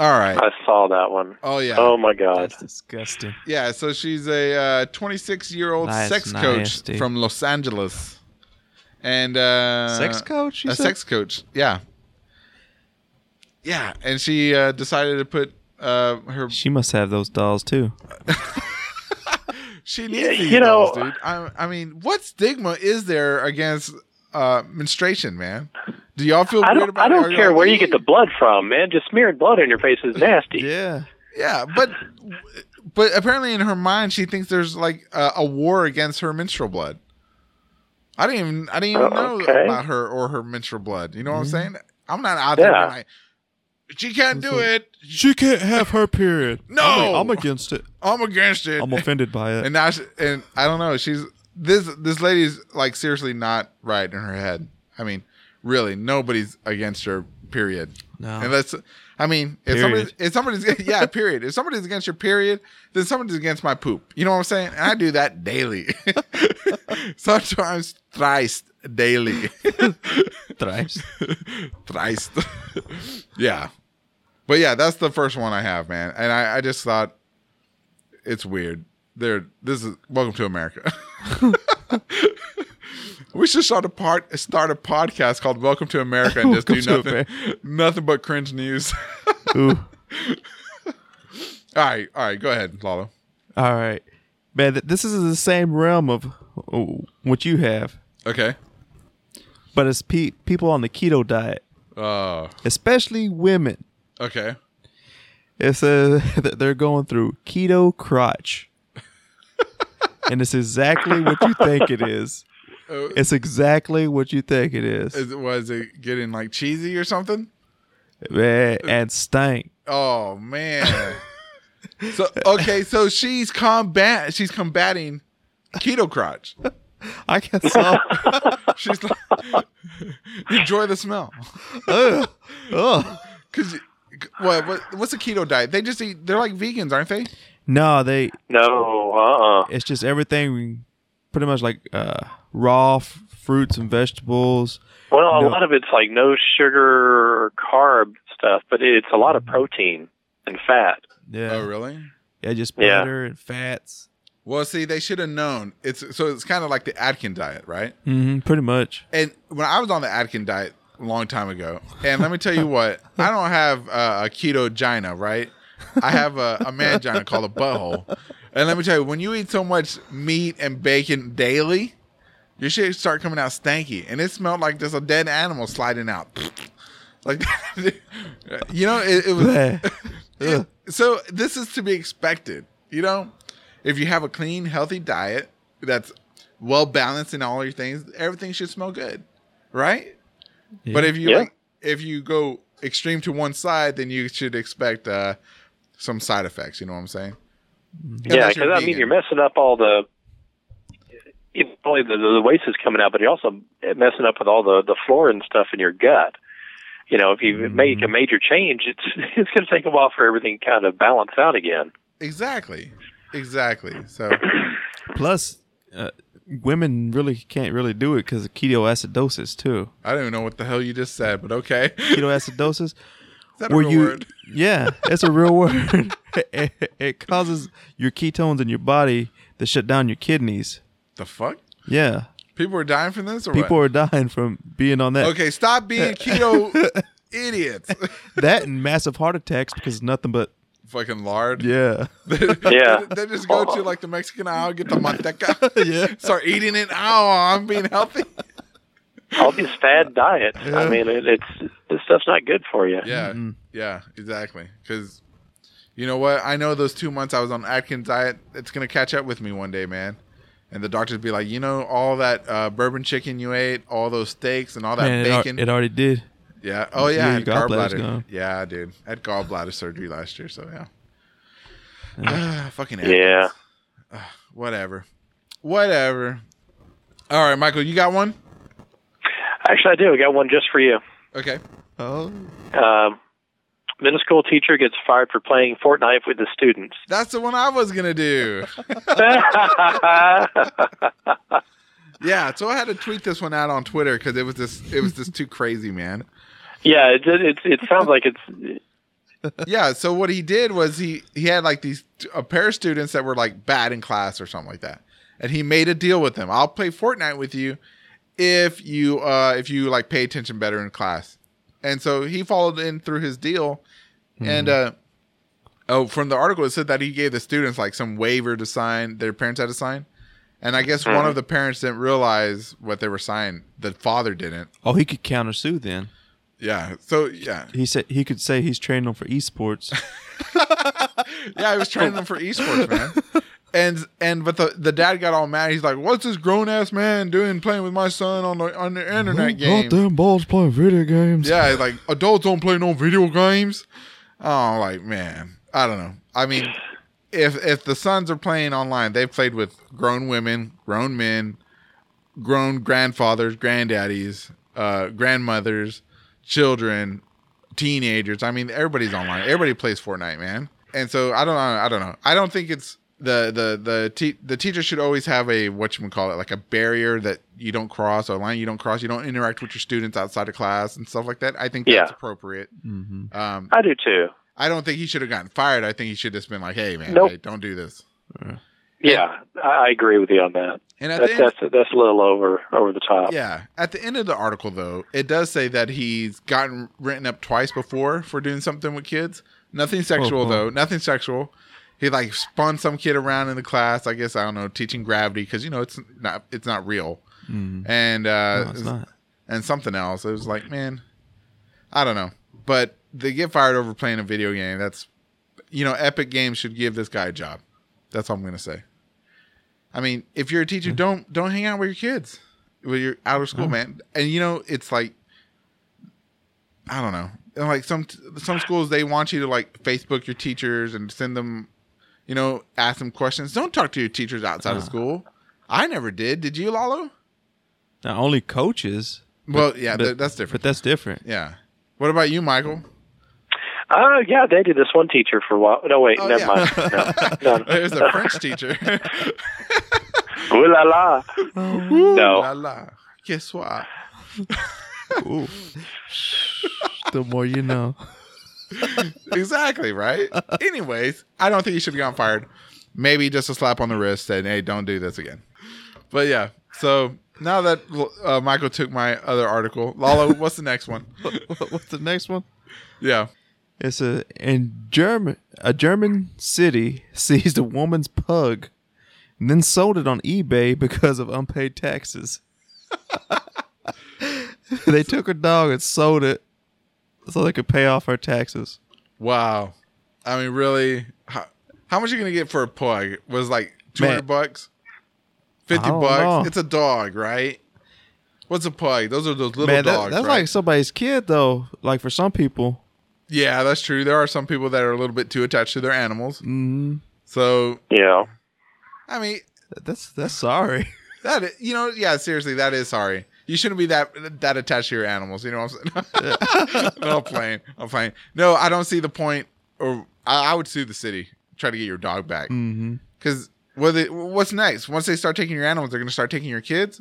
[SPEAKER 2] All right.
[SPEAKER 3] I saw that one.
[SPEAKER 2] Oh yeah.
[SPEAKER 3] Oh my god.
[SPEAKER 4] That's disgusting.
[SPEAKER 2] Yeah, so she's a 26 year old
[SPEAKER 4] That's
[SPEAKER 2] sex coach
[SPEAKER 4] nasty.
[SPEAKER 2] from Los Angeles. And uh
[SPEAKER 4] sex coach? You
[SPEAKER 2] a
[SPEAKER 4] said?
[SPEAKER 2] sex coach. Yeah. Yeah, and she uh, decided to put uh, her
[SPEAKER 4] She must have those dolls too.
[SPEAKER 2] She needs these
[SPEAKER 3] you know-
[SPEAKER 2] dolls, dude. I, I mean, what stigma is there against uh, menstruation, man? Do y'all feel
[SPEAKER 3] I
[SPEAKER 2] weird
[SPEAKER 3] don't.
[SPEAKER 2] about?
[SPEAKER 3] I
[SPEAKER 2] it? Are
[SPEAKER 3] don't
[SPEAKER 2] y'all
[SPEAKER 3] care where you
[SPEAKER 2] like,
[SPEAKER 3] get the blood from, man. Just smearing blood on your face is nasty.
[SPEAKER 4] Yeah.
[SPEAKER 2] Yeah, but but apparently in her mind she thinks there's like a, a war against her menstrual blood. I didn't even I didn't even
[SPEAKER 3] Oh,
[SPEAKER 2] know
[SPEAKER 3] okay.
[SPEAKER 2] about her or her menstrual blood. You know what I'm saying? I'm not out there
[SPEAKER 3] Yeah.
[SPEAKER 2] being like she can't do it.
[SPEAKER 4] She can't have her period.
[SPEAKER 2] No! I'm- I'm
[SPEAKER 4] against it.
[SPEAKER 2] I'm against it.
[SPEAKER 4] offended by
[SPEAKER 2] and now she, and I don't know. She's this this lady's like seriously not right in her head. I mean, really, nobody's against her Period.
[SPEAKER 4] No.
[SPEAKER 2] Unless I mean, if
[SPEAKER 4] Period.
[SPEAKER 2] somebody's, if somebody's yeah, period. If somebody's against your period, then somebody's against my poop. You know what I'm saying? And I do that daily. Sometimes thrice daily.
[SPEAKER 4] Thrice.
[SPEAKER 2] Thrice. yeah. But yeah, that's the first one I have, man. And I, I just thought it's weird. There this is welcome to America. we should start a part start a podcast called Welcome to America and just do
[SPEAKER 4] Welcome to
[SPEAKER 2] nothing nothing but cringe news.
[SPEAKER 4] Ooh.
[SPEAKER 2] all right, all right, go ahead, Lalo.
[SPEAKER 4] All right, man. th- This is in the same realm of uh, what you have,
[SPEAKER 2] Okay.
[SPEAKER 4] but it's pe- people on the keto diet,
[SPEAKER 2] Uh
[SPEAKER 4] especially women.
[SPEAKER 2] okay.
[SPEAKER 4] It says that they're going through keto crotch, and it's exactly what you think it is.
[SPEAKER 2] Uh,
[SPEAKER 4] It's exactly what you think it is,
[SPEAKER 2] Is, was it getting like cheesy or something?
[SPEAKER 4] man. And stank.
[SPEAKER 2] Oh man. so okay, so she's combat she's combating keto crotch.
[SPEAKER 4] I guess so.
[SPEAKER 2] She's like enjoy the smell.
[SPEAKER 4] Ugh. Ugh.
[SPEAKER 2] Cause what, what what's a keto diet? They just eat they're like vegans, aren't they?
[SPEAKER 4] No, they.
[SPEAKER 3] No, uh, uh
[SPEAKER 4] It's just everything, pretty much like uh, raw f- fruits and vegetables.
[SPEAKER 3] Well, a
[SPEAKER 4] No.
[SPEAKER 3] lot of it's like no sugar or carb stuff, but it's a lot of protein and fat.
[SPEAKER 4] Yeah.
[SPEAKER 2] Oh really?
[SPEAKER 4] Yeah, just
[SPEAKER 3] Yeah.
[SPEAKER 4] butter and fats.
[SPEAKER 2] Well, see, they should have known. It's so it's kind of like the Atkin diet, right?
[SPEAKER 4] Mm-hmm, pretty much.
[SPEAKER 2] And when I was on the Atkin diet a long time ago, and let me tell you what, I don't have uh, a keto gina, right? I have a, a man gina called a butthole. And let me tell you, when you eat so much meat and bacon daily, your shit start coming out stanky, and it smelled like there's a dead animal sliding out. like, you know, it, it was. Yeah. so this is to be expected. You know, if you have a clean, healthy diet that's well balanced in all your things, everything should smell good, right? But if you
[SPEAKER 3] Yeah.
[SPEAKER 2] like, if you go extreme to one side, then you should expect uh, some side effects. You know what I'm saying?
[SPEAKER 3] Yeah,
[SPEAKER 4] Mm-hmm.
[SPEAKER 2] Unless you're
[SPEAKER 3] because I mean,
[SPEAKER 2] vegan.
[SPEAKER 3] you're messing up all the. It's only the, the waste is coming out, but you're also messing up with all the the flora and stuff in your gut. You know, if you
[SPEAKER 2] Mm-hmm.
[SPEAKER 3] make a major change, it's it's going to take a while for everything to kind of balance out again.
[SPEAKER 2] exactly, exactly. So
[SPEAKER 4] Plus, uh, women really can't really do it because of ketoacidosis too.
[SPEAKER 2] I don't even know what the hell you just said, but okay. Is
[SPEAKER 4] Ketoacidosis,
[SPEAKER 2] that a
[SPEAKER 4] where
[SPEAKER 2] real
[SPEAKER 4] you
[SPEAKER 2] word?
[SPEAKER 4] yeah, it's a real word. it, it causes your ketones in your body to shut down your kidneys.
[SPEAKER 2] The fuck?
[SPEAKER 4] Yeah,
[SPEAKER 2] People are dying from this, or
[SPEAKER 4] people
[SPEAKER 2] what?
[SPEAKER 4] are dying from being on that.
[SPEAKER 2] okay, stop being keto idiots.
[SPEAKER 4] That and massive heart attacks because nothing but
[SPEAKER 2] Fucking lard.
[SPEAKER 4] yeah,
[SPEAKER 3] Yeah.
[SPEAKER 2] They just go to like the Mexican aisle, get the manteca,
[SPEAKER 4] yeah.
[SPEAKER 2] start eating it. Oh, I'm being healthy.
[SPEAKER 3] All these fad diets. I mean, it, it's this stuff's not good for you.
[SPEAKER 2] Yeah,
[SPEAKER 4] Mm-hmm.
[SPEAKER 2] yeah, exactly. Because you know what? I know those two months I was on Atkins diet, it's gonna catch up with me one day, man. And the doctors be like, you know, all that uh, bourbon chicken you ate, all those steaks and all that
[SPEAKER 4] Man, it, al-
[SPEAKER 2] bacon.
[SPEAKER 4] it already did.
[SPEAKER 2] yeah. Oh yeah. I
[SPEAKER 4] Yeah,
[SPEAKER 2] had
[SPEAKER 4] your gallbladder's
[SPEAKER 2] gallbladder.
[SPEAKER 4] gone.
[SPEAKER 2] Yeah, dude. I had gallbladder surgery last year, so yeah. Ah, fucking Atkins.
[SPEAKER 3] Yeah.
[SPEAKER 2] Whatever. Whatever. All right, Michael, you got one?
[SPEAKER 3] Actually, I do. I got one just for you.
[SPEAKER 2] Okay.
[SPEAKER 4] Oh,
[SPEAKER 3] Um, middle school teacher gets fired for playing Fortnite with the students.
[SPEAKER 2] That's the one I was gonna do. yeah, so I had to tweet this one out on Twitter because it was this it was just too crazy, man.
[SPEAKER 3] yeah, it, it it sounds like it's
[SPEAKER 2] Yeah, so what he did was he he had like these a pair of students that were like bad in class or something like that, and he made a deal with them. I'll play Fortnite with you if you uh if you like pay attention better in class. And so he followed in through his deal, and uh oh, from the article it said that he gave the students like some waiver to sign. Their parents had to sign. And I guess one of the parents didn't realize what they were signing. The father didn't.
[SPEAKER 4] oh, he could countersue then.
[SPEAKER 2] Yeah. So yeah.
[SPEAKER 4] He said he could say he's training them for esports.
[SPEAKER 2] Yeah, I was training them for esports, man. And and but the, the dad got all mad. He's like, "What's this grown ass man doing playing with my son on the on the internet game?"
[SPEAKER 4] Goddamn balls playing video games.
[SPEAKER 2] Yeah, like adults don't play no video games. Oh, like man, I don't know. I mean, if if the sons are playing online, they've played with grown women, grown men, grown grandfathers, granddaddies, uh, grandmothers, children, teenagers. I mean, everybody's online. Everybody plays Fortnite, man. And so I don't know. I don't know. I don't think it's the the the te- the teacher should always have a what you call it like a barrier that you don't cross or a line you don't cross. You don't interact with your students outside of class and stuff like that. I think that's
[SPEAKER 3] Yeah.
[SPEAKER 2] appropriate.
[SPEAKER 4] Mm-hmm.
[SPEAKER 2] Um,
[SPEAKER 3] I do too.
[SPEAKER 2] I don't think he should have gotten fired. I think he should have just been like, "Hey, man,
[SPEAKER 3] Nope.
[SPEAKER 2] hey, don't do this."
[SPEAKER 3] Yeah, I I agree with you on that.
[SPEAKER 2] And at
[SPEAKER 3] That's
[SPEAKER 2] the end,
[SPEAKER 3] that's that's a little over over the top.
[SPEAKER 2] Yeah. At the end of the article, though, it does say that he's gotten written up twice before for doing something with kids. Nothing sexual,
[SPEAKER 4] cool.
[SPEAKER 2] though. Nothing sexual. He like spun some kid around in the class. I guess I don't know teaching gravity because you know it's not it's not real. And uh,
[SPEAKER 4] Mm-hmm. No, it's not.
[SPEAKER 2] and something else. It was like man, I don't know. But they get fired over playing a video game. That's you know Epic Games should give this guy a job. That's all I'm gonna say. I mean, if you're a teacher, don't don't hang out with your kids. With your out of school, man. And you know, it's like I don't know. And like some some schools they want you to like Facebook your teachers and send them, you know, ask them questions. Don't talk to your teachers outside of school. I never did. Did you, Lalo?
[SPEAKER 4] Not only coaches,
[SPEAKER 2] Well, yeah,
[SPEAKER 4] but-
[SPEAKER 2] th- that's
[SPEAKER 4] but
[SPEAKER 2] different.
[SPEAKER 4] that's different.
[SPEAKER 2] yeah. What about you, Michael?
[SPEAKER 3] Uh, yeah, they did this one teacher for a while. No, wait,
[SPEAKER 2] Oh,
[SPEAKER 3] never
[SPEAKER 2] yeah.
[SPEAKER 3] mind. No, no, no.
[SPEAKER 2] There's a French teacher.
[SPEAKER 3] Ooh la la.
[SPEAKER 2] Ooh,
[SPEAKER 3] No.
[SPEAKER 2] La, la. Que soir.
[SPEAKER 4] Ooh. the more you know.
[SPEAKER 2] Exactly, right? Anyways, I don't think he should have gotten fired. Maybe just a slap on the wrist saying, hey, don't do this again. But yeah, so now that uh, Michael took my other article, Lalo, what's the next one?
[SPEAKER 4] What's the next one?
[SPEAKER 2] Yeah.
[SPEAKER 4] It's a in German a German city seized a woman's pug and then sold it on eBay because of unpaid taxes. they took her dog and sold it so they could pay off her taxes.
[SPEAKER 2] Wow. I mean, really? How, how much are you going to get for a pug? Was like 200
[SPEAKER 4] Man.
[SPEAKER 2] bucks? 50
[SPEAKER 4] I don't
[SPEAKER 2] bucks?
[SPEAKER 4] know.
[SPEAKER 2] It's a dog, right? What's a pug? Those are those little
[SPEAKER 4] Man, that-
[SPEAKER 2] dogs.
[SPEAKER 4] that's
[SPEAKER 2] right?
[SPEAKER 4] like somebody's kid though. Like for some people,
[SPEAKER 2] Yeah, that's true. There are some people that are a little bit too attached to their animals.
[SPEAKER 4] mm,
[SPEAKER 2] So,
[SPEAKER 3] Yeah.
[SPEAKER 2] I mean,
[SPEAKER 4] that's that's sorry.
[SPEAKER 2] that i- you know, yeah, seriously, that is sorry. You shouldn't be that that attached to your animals. You know what I'm saying? no, I'm playing. I'm playing. No, I don't see the point. Or I, I would sue the city. Try to get your dog back.
[SPEAKER 4] Mm-hmm.
[SPEAKER 2] Because what's next? Once they start taking your animals, they're going to start taking your kids.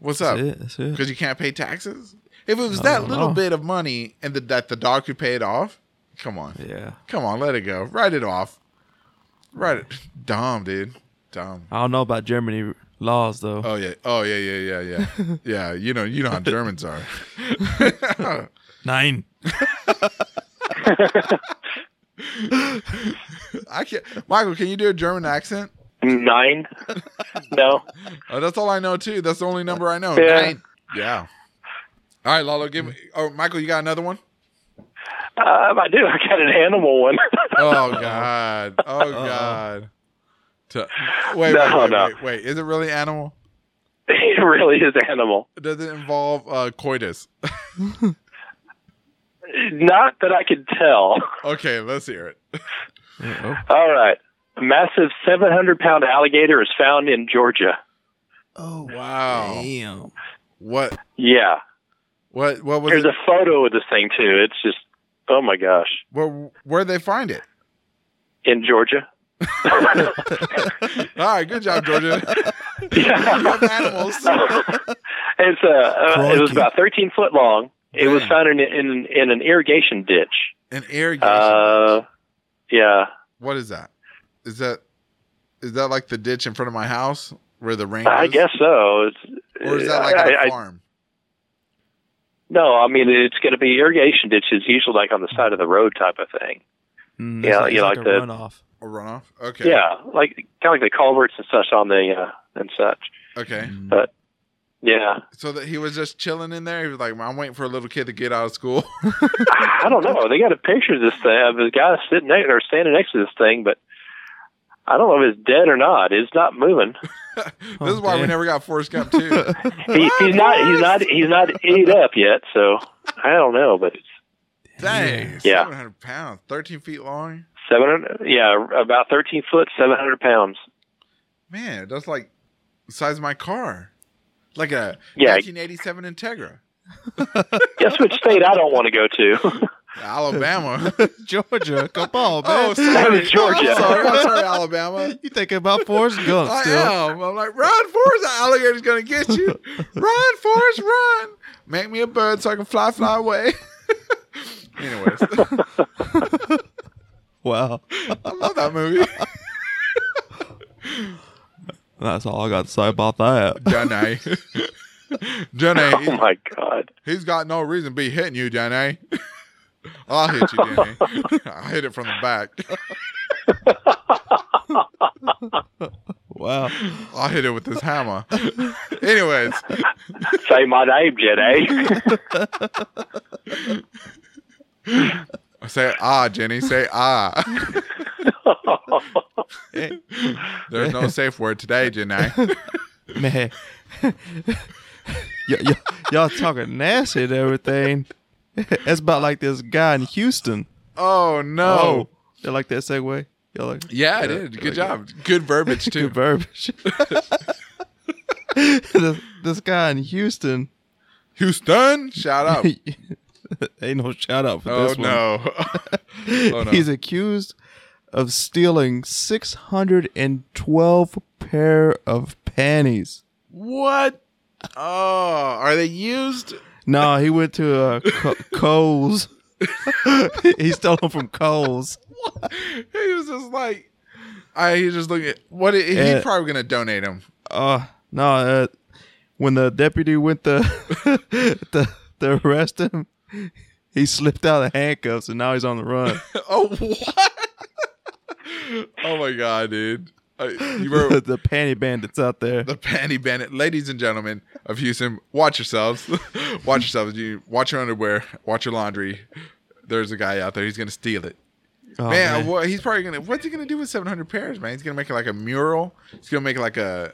[SPEAKER 2] What's
[SPEAKER 4] That's
[SPEAKER 2] up?
[SPEAKER 4] it. That's it.
[SPEAKER 2] Because you can't pay taxes. If it was
[SPEAKER 4] I
[SPEAKER 2] that
[SPEAKER 4] don't
[SPEAKER 2] little
[SPEAKER 4] know.
[SPEAKER 2] bit of money and the, that the dog could pay it off, come on.
[SPEAKER 4] Yeah.
[SPEAKER 2] Come on, let it go. Write it off. Write it. Dumb, dude. Dumb.
[SPEAKER 4] I don't know about Germany laws though.
[SPEAKER 2] Oh yeah. Oh yeah. Yeah. Yeah. Yeah. yeah. You know. You know how Germans are.
[SPEAKER 4] Nine.
[SPEAKER 2] I can't. Michael, can you do a German accent?
[SPEAKER 3] Nine? no.
[SPEAKER 2] Oh, that's all I know too. That's the only number I know.
[SPEAKER 3] Yeah.
[SPEAKER 2] Nine. Yeah. All right, Lalo. Give me. Oh, Michael, you got another one?
[SPEAKER 3] Um, I do. I got an animal one.
[SPEAKER 2] Oh
[SPEAKER 3] Uh-huh.
[SPEAKER 2] God. Oh God. To- wait,
[SPEAKER 3] No,
[SPEAKER 2] wait, wait,
[SPEAKER 3] no.
[SPEAKER 2] wait, wait. Is it really animal?
[SPEAKER 3] it really is animal.
[SPEAKER 2] Does it involve uh, coitus?
[SPEAKER 3] Not that I could tell.
[SPEAKER 2] okay, let's hear it.
[SPEAKER 4] Uh-oh.
[SPEAKER 3] All right. A massive 700 pound alligator is found in Georgia.
[SPEAKER 4] Oh
[SPEAKER 2] Wow.
[SPEAKER 4] Damn.
[SPEAKER 2] What?
[SPEAKER 3] Yeah.
[SPEAKER 2] What? What was?
[SPEAKER 3] There's
[SPEAKER 2] It?
[SPEAKER 3] a photo of this thing, too. It's just, oh my gosh.
[SPEAKER 2] Where? Where they find it?
[SPEAKER 3] In Georgia?
[SPEAKER 2] All right, good job, Georgia. you
[SPEAKER 3] Yeah.
[SPEAKER 2] have animals.
[SPEAKER 3] it's, uh, uh, it was
[SPEAKER 4] Crikey.
[SPEAKER 3] about 13 foot long. It was
[SPEAKER 2] Man.
[SPEAKER 3] found in, in, in an irrigation ditch.
[SPEAKER 2] An irrigation.
[SPEAKER 3] Uh, yeah.
[SPEAKER 2] what is that? Is that is that like the ditch in front of my house where the rain?
[SPEAKER 3] I
[SPEAKER 2] goes?
[SPEAKER 3] guess so. It's, uh,
[SPEAKER 2] Or is that like on
[SPEAKER 3] I-
[SPEAKER 2] a
[SPEAKER 3] I- I-
[SPEAKER 2] farm?
[SPEAKER 3] No, I mean it's going to be irrigation ditches, usually like on the side of the road type of thing.
[SPEAKER 4] Mm,
[SPEAKER 3] Yeah,
[SPEAKER 4] it's
[SPEAKER 3] you
[SPEAKER 4] it's
[SPEAKER 3] like
[SPEAKER 4] a
[SPEAKER 3] the-
[SPEAKER 4] runoff.
[SPEAKER 2] A runoff? Okay.
[SPEAKER 3] Yeah, like kind of like the culverts and such on the uh, and such.
[SPEAKER 2] Okay.
[SPEAKER 4] Mm.
[SPEAKER 3] Yeah,
[SPEAKER 2] So that he was just chilling in there. He was like, "I'm waiting for a little kid to get out of school."
[SPEAKER 3] I don't know. They got a picture of this thing of the guy sitting next or standing next to this thing, but I don't know if it's dead or not. It's not moving.
[SPEAKER 2] this
[SPEAKER 4] Oh,
[SPEAKER 2] is why we
[SPEAKER 4] damn.
[SPEAKER 2] never got Forrest Gump too.
[SPEAKER 3] He, he's not. He's not. He's not ate up yet. So I don't know, but it's
[SPEAKER 2] Dang.
[SPEAKER 3] Yeah.
[SPEAKER 2] Seven hundred pounds, thirteen feet long.
[SPEAKER 3] seven hundred. Yeah, about thirteen foot, seven hundred pounds.
[SPEAKER 2] Man, that's like the size of my car. Like a
[SPEAKER 3] Yeah.
[SPEAKER 2] 1987 Integra.
[SPEAKER 3] Guess which state I don't want to go to.
[SPEAKER 2] Alabama.
[SPEAKER 4] Georgia, come on,
[SPEAKER 2] oh,
[SPEAKER 4] man.
[SPEAKER 2] sorry.
[SPEAKER 3] That was Georgia.
[SPEAKER 2] I'm sorry, I'm sorry, Alabama.
[SPEAKER 4] you thinking about Forrest Gump
[SPEAKER 2] I
[SPEAKER 4] still?
[SPEAKER 2] am. I'm like, run, Forrest, the alligator's gonna get you. Run, Forrest, run. Make me a bird so I can fly, fly away. Anyways,
[SPEAKER 4] Wow,
[SPEAKER 2] I love that movie.
[SPEAKER 4] that's all I got to say about that.
[SPEAKER 2] Johnny. Johnny,
[SPEAKER 3] Oh my god.
[SPEAKER 2] he's got no reason to be hitting you, Johnny. I'll hit you, Johnny. I'll hit it from the back.
[SPEAKER 4] Wow,
[SPEAKER 2] I'll hit it with this hammer. Anyways,
[SPEAKER 3] Say my name, eh? Jenny.
[SPEAKER 2] say ah, Jenny. Say ah. There's no safe word today, Jenny.
[SPEAKER 4] man. y- y- y'all talking nasty and everything. It's about like this guy in Houston.
[SPEAKER 2] Oh no.
[SPEAKER 4] you like that segue? Y'all like
[SPEAKER 2] Yeah, I did. Good job. Good verbiage too.
[SPEAKER 4] good verbiage. this, this guy in Houston
[SPEAKER 2] Houston, shout out.
[SPEAKER 4] ain't no shout out for
[SPEAKER 2] oh
[SPEAKER 4] this one.
[SPEAKER 2] no. Oh, no.
[SPEAKER 4] He's accused of stealing 612 pair of panties.
[SPEAKER 2] what? Oh, are they used?
[SPEAKER 4] No, he went to uh, Co- Kohl's. he stole them from Kohl's.
[SPEAKER 2] He was just like, I. He's just looking. At, what? He's
[SPEAKER 4] Yeah.
[SPEAKER 2] probably gonna donate them.
[SPEAKER 4] Uh, no, uh, when the deputy went to, to, to arrest him, he slipped out of handcuffs and now he's on the run.
[SPEAKER 2] Oh what? oh my god, dude. Uh, you were
[SPEAKER 4] the panty bandits out there.
[SPEAKER 2] the panty bandit, ladies and gentlemen of Houston. Watch yourselves. watch yourselves. You watch your underwear. Watch your laundry. There's a guy out there. He's gonna steal it.
[SPEAKER 4] Oh,
[SPEAKER 2] man, What, he's probably gonna. What's he gonna do with seven hundred pairs, man? He's gonna make it like a mural. He's gonna make it like a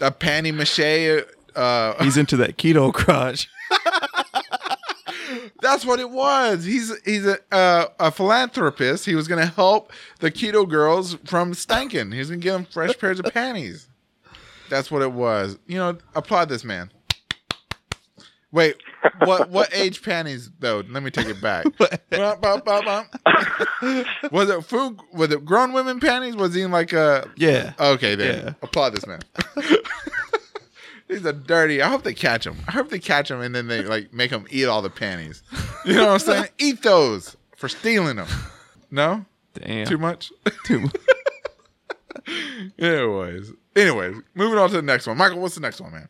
[SPEAKER 2] a panty mache. Uh,
[SPEAKER 4] He's into that keto crotch.
[SPEAKER 2] that's what it was. He's he's a, a a philanthropist. He was gonna help the keto girls from stankin'. He was gonna give them fresh pairs of panties. That's what it was. You know, applaud this man. Wait, what what age panties though? Let me take it back. Bum, bum, bum, bum. was it food? Was it grown women panties? Was he in like a
[SPEAKER 4] Yeah.
[SPEAKER 2] Okay, then
[SPEAKER 4] Yeah.
[SPEAKER 2] applaud this man. These are dirty. I hope they catch him. I hope they catch him and then they like make him eat all the panties. You know what I'm saying? eat those for stealing them. No,
[SPEAKER 4] Damn.
[SPEAKER 2] too much. Too much. anyways, anyways, moving on to the next one. Michael, what's the next one, man?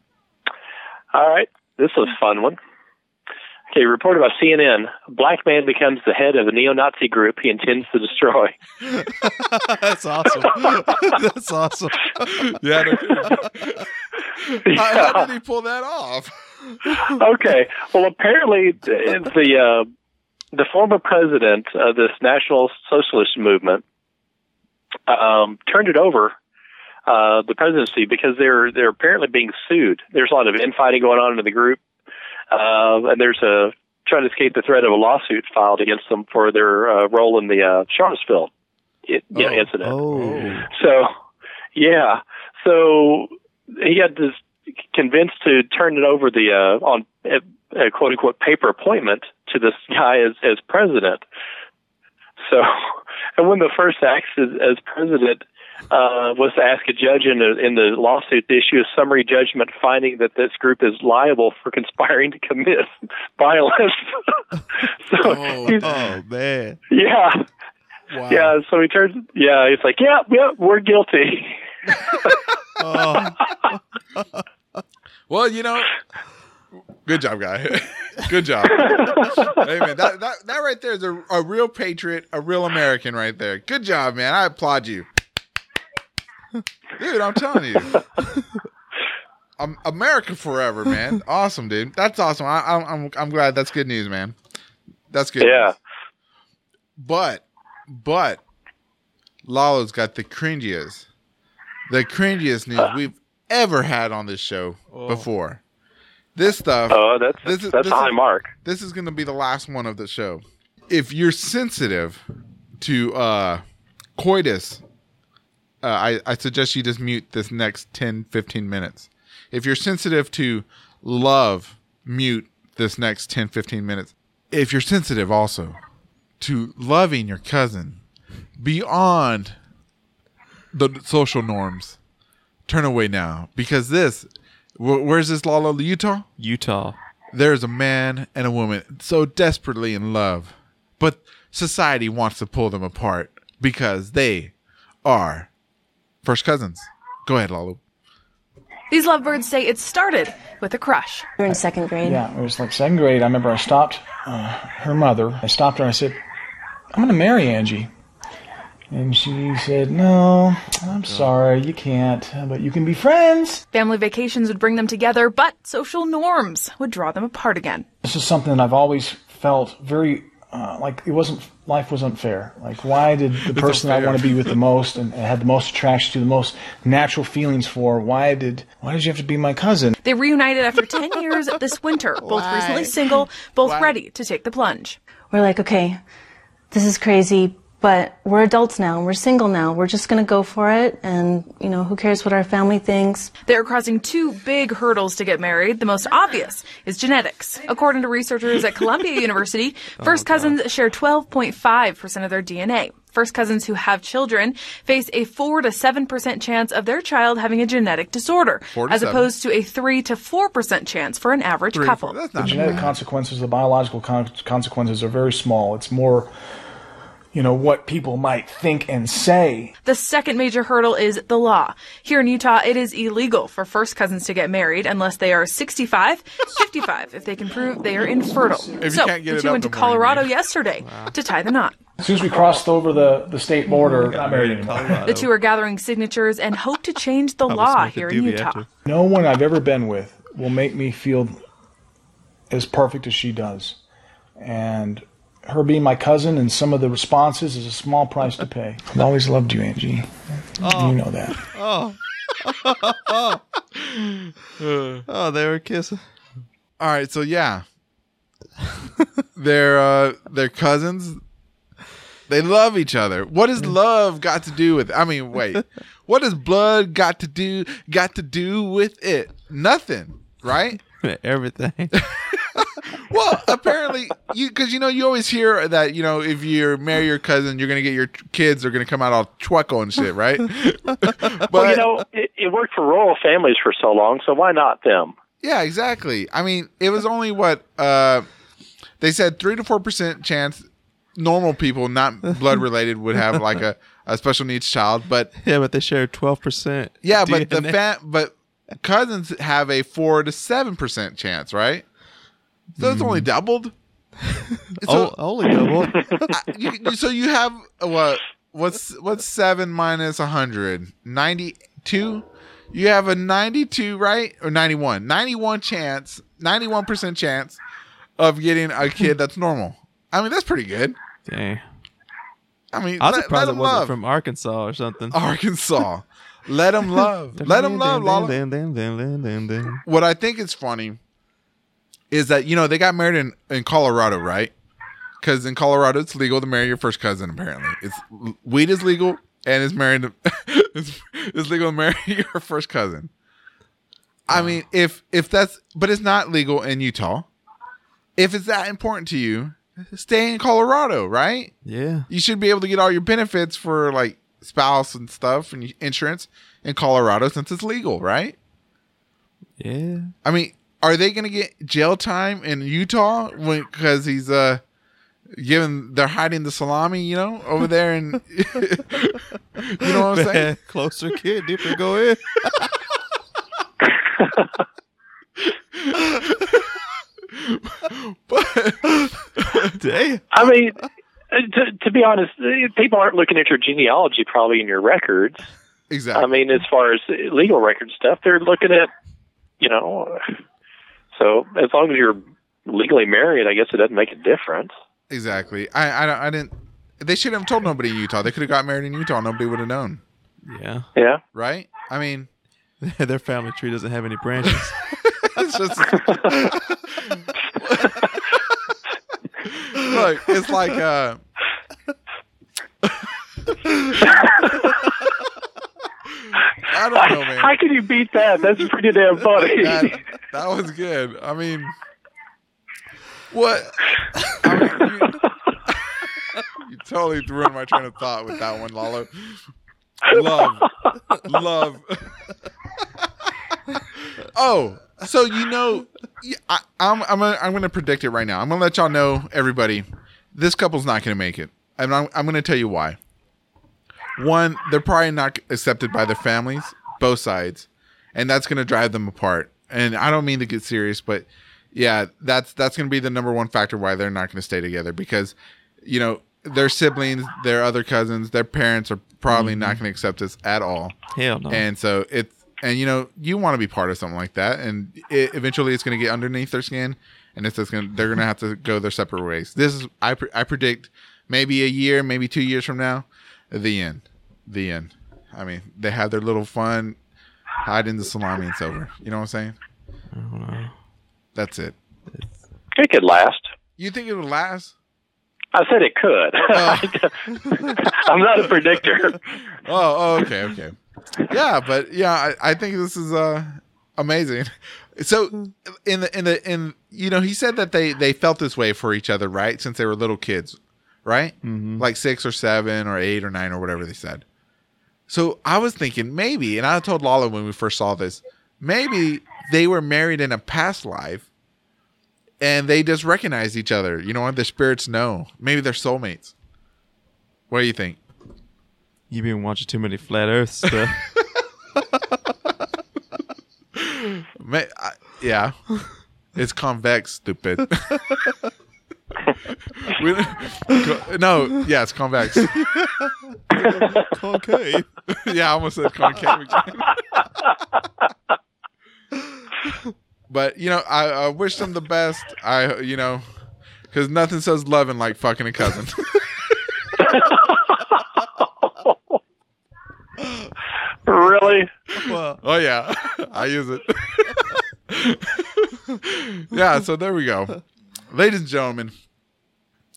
[SPEAKER 3] All right. This is a fun one. Okay, reported by CNN. Black man becomes the head of a neo-Nazi group he intends to destroy.
[SPEAKER 4] That's awesome. That's awesome.
[SPEAKER 2] Yeah. How, how did he pull that off?
[SPEAKER 3] okay. Well, apparently the the, uh, the former president of this National Socialist Movement um, turned it over uh, the presidency because they're they're apparently being sued. There's a lot of infighting going on in the group, uh, and there's a trying to escape the threat of a lawsuit filed against them for their uh, role in the uh, Charlottesville i- you know,
[SPEAKER 2] Oh.
[SPEAKER 3] incident.
[SPEAKER 4] Oh.
[SPEAKER 3] So, yeah. So he had this convinced to turn it over the uh, on a, a quote unquote paper appointment to this guy as as president. So, and one of the first acts as, as president uh, was to ask a judge in, a, in the lawsuit to issue a summary judgment finding that this group is liable for conspiring to commit violence. so he's,
[SPEAKER 4] Oh man.
[SPEAKER 3] yeah,
[SPEAKER 2] Wow.
[SPEAKER 3] yeah. So he turns. Yeah, he's like, yeah, yeah, we're guilty.
[SPEAKER 4] Oh,
[SPEAKER 2] Well, you know, good job, guy. good job. hey, man, that, that, that right there is a, a real patriot, a real American right there. Good job, man. I applaud you. Dude, I'm telling you. Um, America forever, man. Awesome, dude. That's awesome. I, I'm, I'm, I'm glad that's good news, man. That's good.
[SPEAKER 3] Yeah.
[SPEAKER 2] news. But, but, Lalo's got the cringiest, the cringiest news we've ever had on this show before. This stuff.
[SPEAKER 3] Oh, that's
[SPEAKER 2] This is-
[SPEAKER 3] that's
[SPEAKER 2] this
[SPEAKER 3] a high
[SPEAKER 2] is-
[SPEAKER 3] mark.
[SPEAKER 2] this is going to be the last one of the show. If you're sensitive to uh, coitus, uh, I, I suggest you just mute this next 10, 15 minutes. If you're sensitive to love, mute this next 10, 15 minutes. if you're sensitive also to loving your cousin beyond the social norms, turn away now because this. wh- Where's this Lalo Utah?
[SPEAKER 4] Utah.
[SPEAKER 2] there's a man and a woman so desperately in love, but society wants to pull them apart because they are first cousins. Go ahead, Lalu.
[SPEAKER 5] These lovebirds say it started with a crush.
[SPEAKER 6] You're in second grade.
[SPEAKER 7] Yeah, it was like second grade. I remember I stopped uh, her mother. I stopped her and I said, I'm going to marry Angie. And she said, No, I'm sorry, you can't, but you can be friends.
[SPEAKER 5] Family vacations would bring them together, but social norms would draw them apart again.
[SPEAKER 7] This is something that I've always felt very. Uh, like it wasn't life was unfair. Like why did the person I
[SPEAKER 2] unfair.
[SPEAKER 7] want to be with the most and had the most attraction to, the most natural feelings for, why did why did you have to be my cousin?
[SPEAKER 5] They reunited after 10 years this winter, both recently single, both ready to take the plunge.
[SPEAKER 6] We're like, okay, this is crazy, but we're adults now. We're single now. We're just gonna go for it, and you know, who cares what our family thinks?
[SPEAKER 5] They are crossing two big hurdles to get married. The most obvious is genetics. According to researchers at Columbia University,
[SPEAKER 2] Oh,
[SPEAKER 5] first cousins share 12.5% of their DNA. First cousins who have children face a 4 to 7% chance of their child having a genetic disorder,
[SPEAKER 2] Four to
[SPEAKER 5] as
[SPEAKER 2] seven.
[SPEAKER 5] opposed to a 3 to 4% chance for an average
[SPEAKER 2] Three,
[SPEAKER 5] couple.
[SPEAKER 2] four- That's
[SPEAKER 7] the
[SPEAKER 2] not
[SPEAKER 7] genetic consequences, the biological con- consequences are very small. It's more, you know, what people might think and say.
[SPEAKER 5] The second major hurdle is the law. Here in Utah, it is illegal for first cousins to get married unless they are 65, 55, if they can prove they are infertile.
[SPEAKER 2] you
[SPEAKER 5] so
[SPEAKER 2] can't get
[SPEAKER 5] the
[SPEAKER 2] it
[SPEAKER 5] two
[SPEAKER 2] up
[SPEAKER 5] went to
[SPEAKER 2] in the morning,
[SPEAKER 5] Colorado
[SPEAKER 2] dude.
[SPEAKER 5] yesterday to tie the knot.
[SPEAKER 7] As soon as we crossed over the, the state border, not married anymore.
[SPEAKER 5] The two are gathering signatures and hope to change the law here in Utah.
[SPEAKER 7] No one I've ever been with will make me feel as perfect as she does. And her being my cousin and some of the responses is a small price to pay. I've always loved you, Angie. You know that.
[SPEAKER 4] Oh, they were kissing.
[SPEAKER 2] All right, so yeah, they're uh, they're cousins. They love each other. What does love got to do with? I mean, wait, what does blood got to do got to do with it? Nothing, right?
[SPEAKER 4] Everything.
[SPEAKER 2] Well, apparently, you because you know you always hear that you know if you marry your cousin, you're gonna get your t- kids are gonna come out all chueco and shit, right? but
[SPEAKER 3] Well, you know, it, it worked for rural families for so long, so why not them?
[SPEAKER 2] yeah, exactly. I mean, it was only what uh, they said three to four percent chance normal people, not blood related, would have like a, a special needs child, but
[SPEAKER 4] yeah, but they share twelve percent.
[SPEAKER 2] yeah, but the fa- but cousins have a four to seven percent chance, right? So it's
[SPEAKER 3] Hmm.
[SPEAKER 2] only doubled.
[SPEAKER 4] oh, only double.
[SPEAKER 2] you, you- so you have uh, what what's what's seven minus 100 92 you have a 92 right or 91 91 chance 91% chance of getting a kid that's normal i mean that's pretty good
[SPEAKER 4] Dang.
[SPEAKER 2] i mean
[SPEAKER 4] I was
[SPEAKER 2] let-
[SPEAKER 4] surprised
[SPEAKER 2] let
[SPEAKER 4] it
[SPEAKER 2] 'em
[SPEAKER 4] wasn't
[SPEAKER 2] love.
[SPEAKER 4] from Arkansas or something.
[SPEAKER 2] arkansas let them love let them love Lala.
[SPEAKER 4] Dun, dun, dun, dun, dun, dun.
[SPEAKER 2] what I think is funny is that you know they got married in, in Colorado, right? Because in Colorado it's legal to marry your first cousin. Apparently, it's weed is legal and it's married. it's, it's legal to marry your first cousin. I mean, if if that's but it's not legal in Utah. If it's that important to you, stay in Colorado, right?
[SPEAKER 4] Yeah.
[SPEAKER 2] You should be able to get all your benefits for like spouse and stuff and insurance in Colorado since it's legal, right?
[SPEAKER 4] Yeah.
[SPEAKER 2] I mean, are they going to get jail time in Utah because he's uh giving they're hiding the salami, you know, over there and you know what I'm saying?
[SPEAKER 4] Man, closer kid, deeper go in. Dang.
[SPEAKER 3] I mean, uh, to, to be honest, eh, people aren't looking at your genealogy probably in your records.
[SPEAKER 2] Exactly.
[SPEAKER 3] I mean, as far as legal record stuff, they're looking at, you know, so as long as you're legally married, I guess it doesn't make a difference.
[SPEAKER 2] exactly. I I don't I didn't they should have told nobody in Utah. They could have got married in Utah. Nobody would have known,
[SPEAKER 4] Yeah.
[SPEAKER 3] Yeah.
[SPEAKER 2] right? I mean,
[SPEAKER 4] Their family tree doesn't have any branches.
[SPEAKER 2] it's just Look, it's like uh I don't know, man.
[SPEAKER 3] How can you beat that? That's pretty damn funny.
[SPEAKER 2] that, that was good. I mean, What? I mean, you, you totally threw in my train of thought with that one, Lalo. Love, love. oh, so you know, yeah, I, I'm I'm gonna, I'm gonna predict it right now. I'm gonna let y'all know, everybody. This couple's not gonna make it, and I'm I'm gonna tell you why. One, they're probably not accepted by their families, both sides, and that's gonna drive them apart. And I don't mean to get serious, but yeah, that's that's going to be the number one factor why they're not going to stay together because, you know, their siblings, their other cousins, their parents are probably not going to accept this at all.
[SPEAKER 4] Hell no.
[SPEAKER 2] And so it's and you know you want to be part of something like that, and it, eventually it's going to get underneath their skin, and it's just going to, they're going to have to go their separate ways. This is I pre- I predict maybe a year, maybe two years from now, the end, the end. I mean, they have their little fun, hide in the salami. It's over. You know what I'm saying? That's it.
[SPEAKER 3] It could last.
[SPEAKER 2] You think it would last?
[SPEAKER 3] I said it could. I'm not a predictor.
[SPEAKER 2] Oh, oh, okay, okay. Yeah, but yeah, I, I think this is uh amazing. So in the in the in you know, he said that they they felt this way for each other, right? Since they were little kids, right? Like 6 or 7 or 8 or 9 or whatever they said. So I was thinking maybe, and I told Lala when we first saw this, maybe they were married in a past life and they just recognize each other. You know, and their spirits know. Maybe they're soulmates. What do you think?
[SPEAKER 4] You've been watching too many flat Earth stuff.
[SPEAKER 2] Ma- I- yeah. It's convex, stupid. We- co- no, yeah, it's convex.
[SPEAKER 4] okay.
[SPEAKER 2] yeah, I almost said concave again. but you know, I, I wish them the best. I you know, because nothing says loving like fucking a cousin.
[SPEAKER 3] really?
[SPEAKER 4] Well,
[SPEAKER 2] oh yeah, I use it. yeah, so there we go, ladies and gentlemen.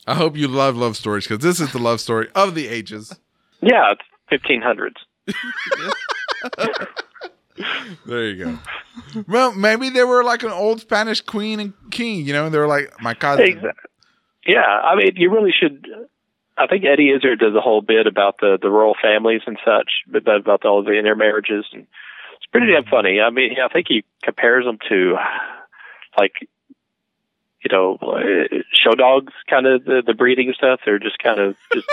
[SPEAKER 2] I hope you love love stories because this is the love story of the ages.
[SPEAKER 3] Yeah, it's 1500s.
[SPEAKER 2] There you go. Well, maybe they were like an old Spanish queen and king, you know, and they were like my cousin.
[SPEAKER 3] Exactly. Yeah, I mean, you really should. I think Eddie Izzard does a whole bit about the the royal families and such, but about all the intermarriages, and it's pretty damn funny. I mean, I think he compares them to, like, you know, uh, show dogs, kind of the the breeding stuff. They're just kind of just,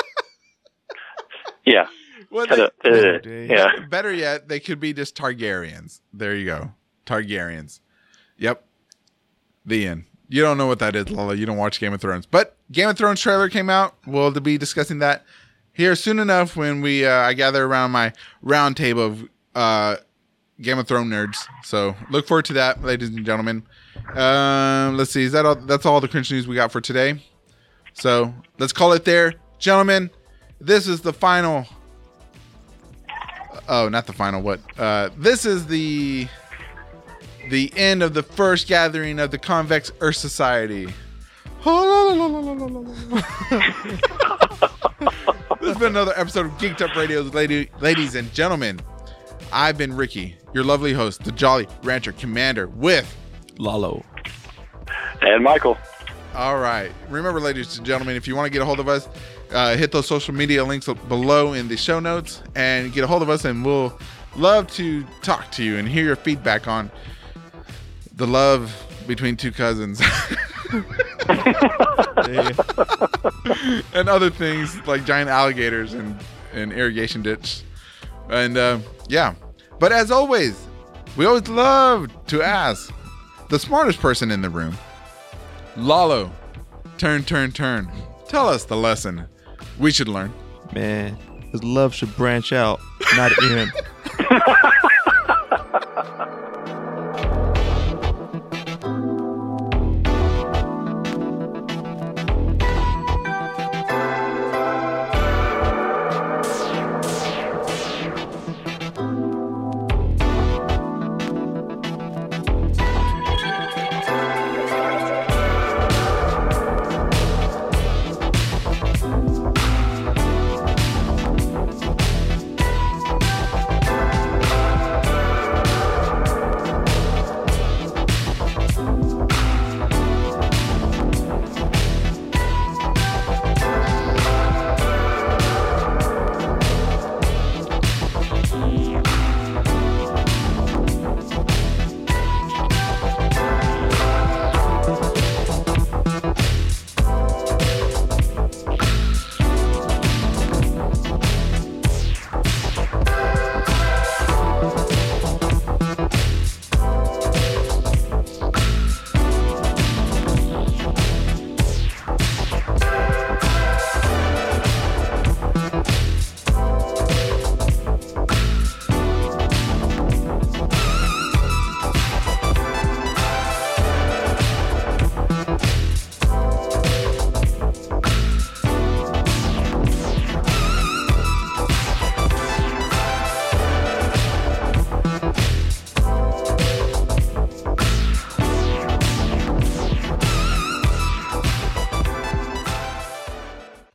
[SPEAKER 3] yeah,
[SPEAKER 2] Well,
[SPEAKER 3] kind of,
[SPEAKER 2] they-
[SPEAKER 3] uh,
[SPEAKER 4] dude.
[SPEAKER 3] yeah.
[SPEAKER 2] better yet, they could be just Targaryens. There you go. Targaryens. Yep. The end. You don't know what that is, Lala. You don't watch Game of Thrones. But Game of Thrones trailer came out. We'll be discussing that here soon enough when we uh, I gather around my round table of uh, Game of Thrones nerds. So look forward to that, ladies and gentlemen. Um, let's see. Is that all? That's all the cringe news we got for today. So let's call it there, gentlemen. This is the final oh not the final what uh this is the the end of the first gathering of the convex earth society this has been another episode of geeked up radio's lady, ladies and gentlemen i've been ricky your lovely host the jolly rancher commander with
[SPEAKER 4] Lalo.
[SPEAKER 3] And Michael,
[SPEAKER 2] all right. Remember, ladies and gentlemen, if you want to get a hold of us, uh, hit those social media links below in the show notes and get a hold of us, and we'll love to talk to you and hear your feedback on the love between two cousins
[SPEAKER 4] Yeah.
[SPEAKER 2] and other things like giant alligators and, and irrigation ditch. And uh, yeah. But as always, we always love to ask the smartest person in the room, Lalo, turn, turn, turn. Tell us the lesson we should learn.
[SPEAKER 4] Man, his love should branch out, not in.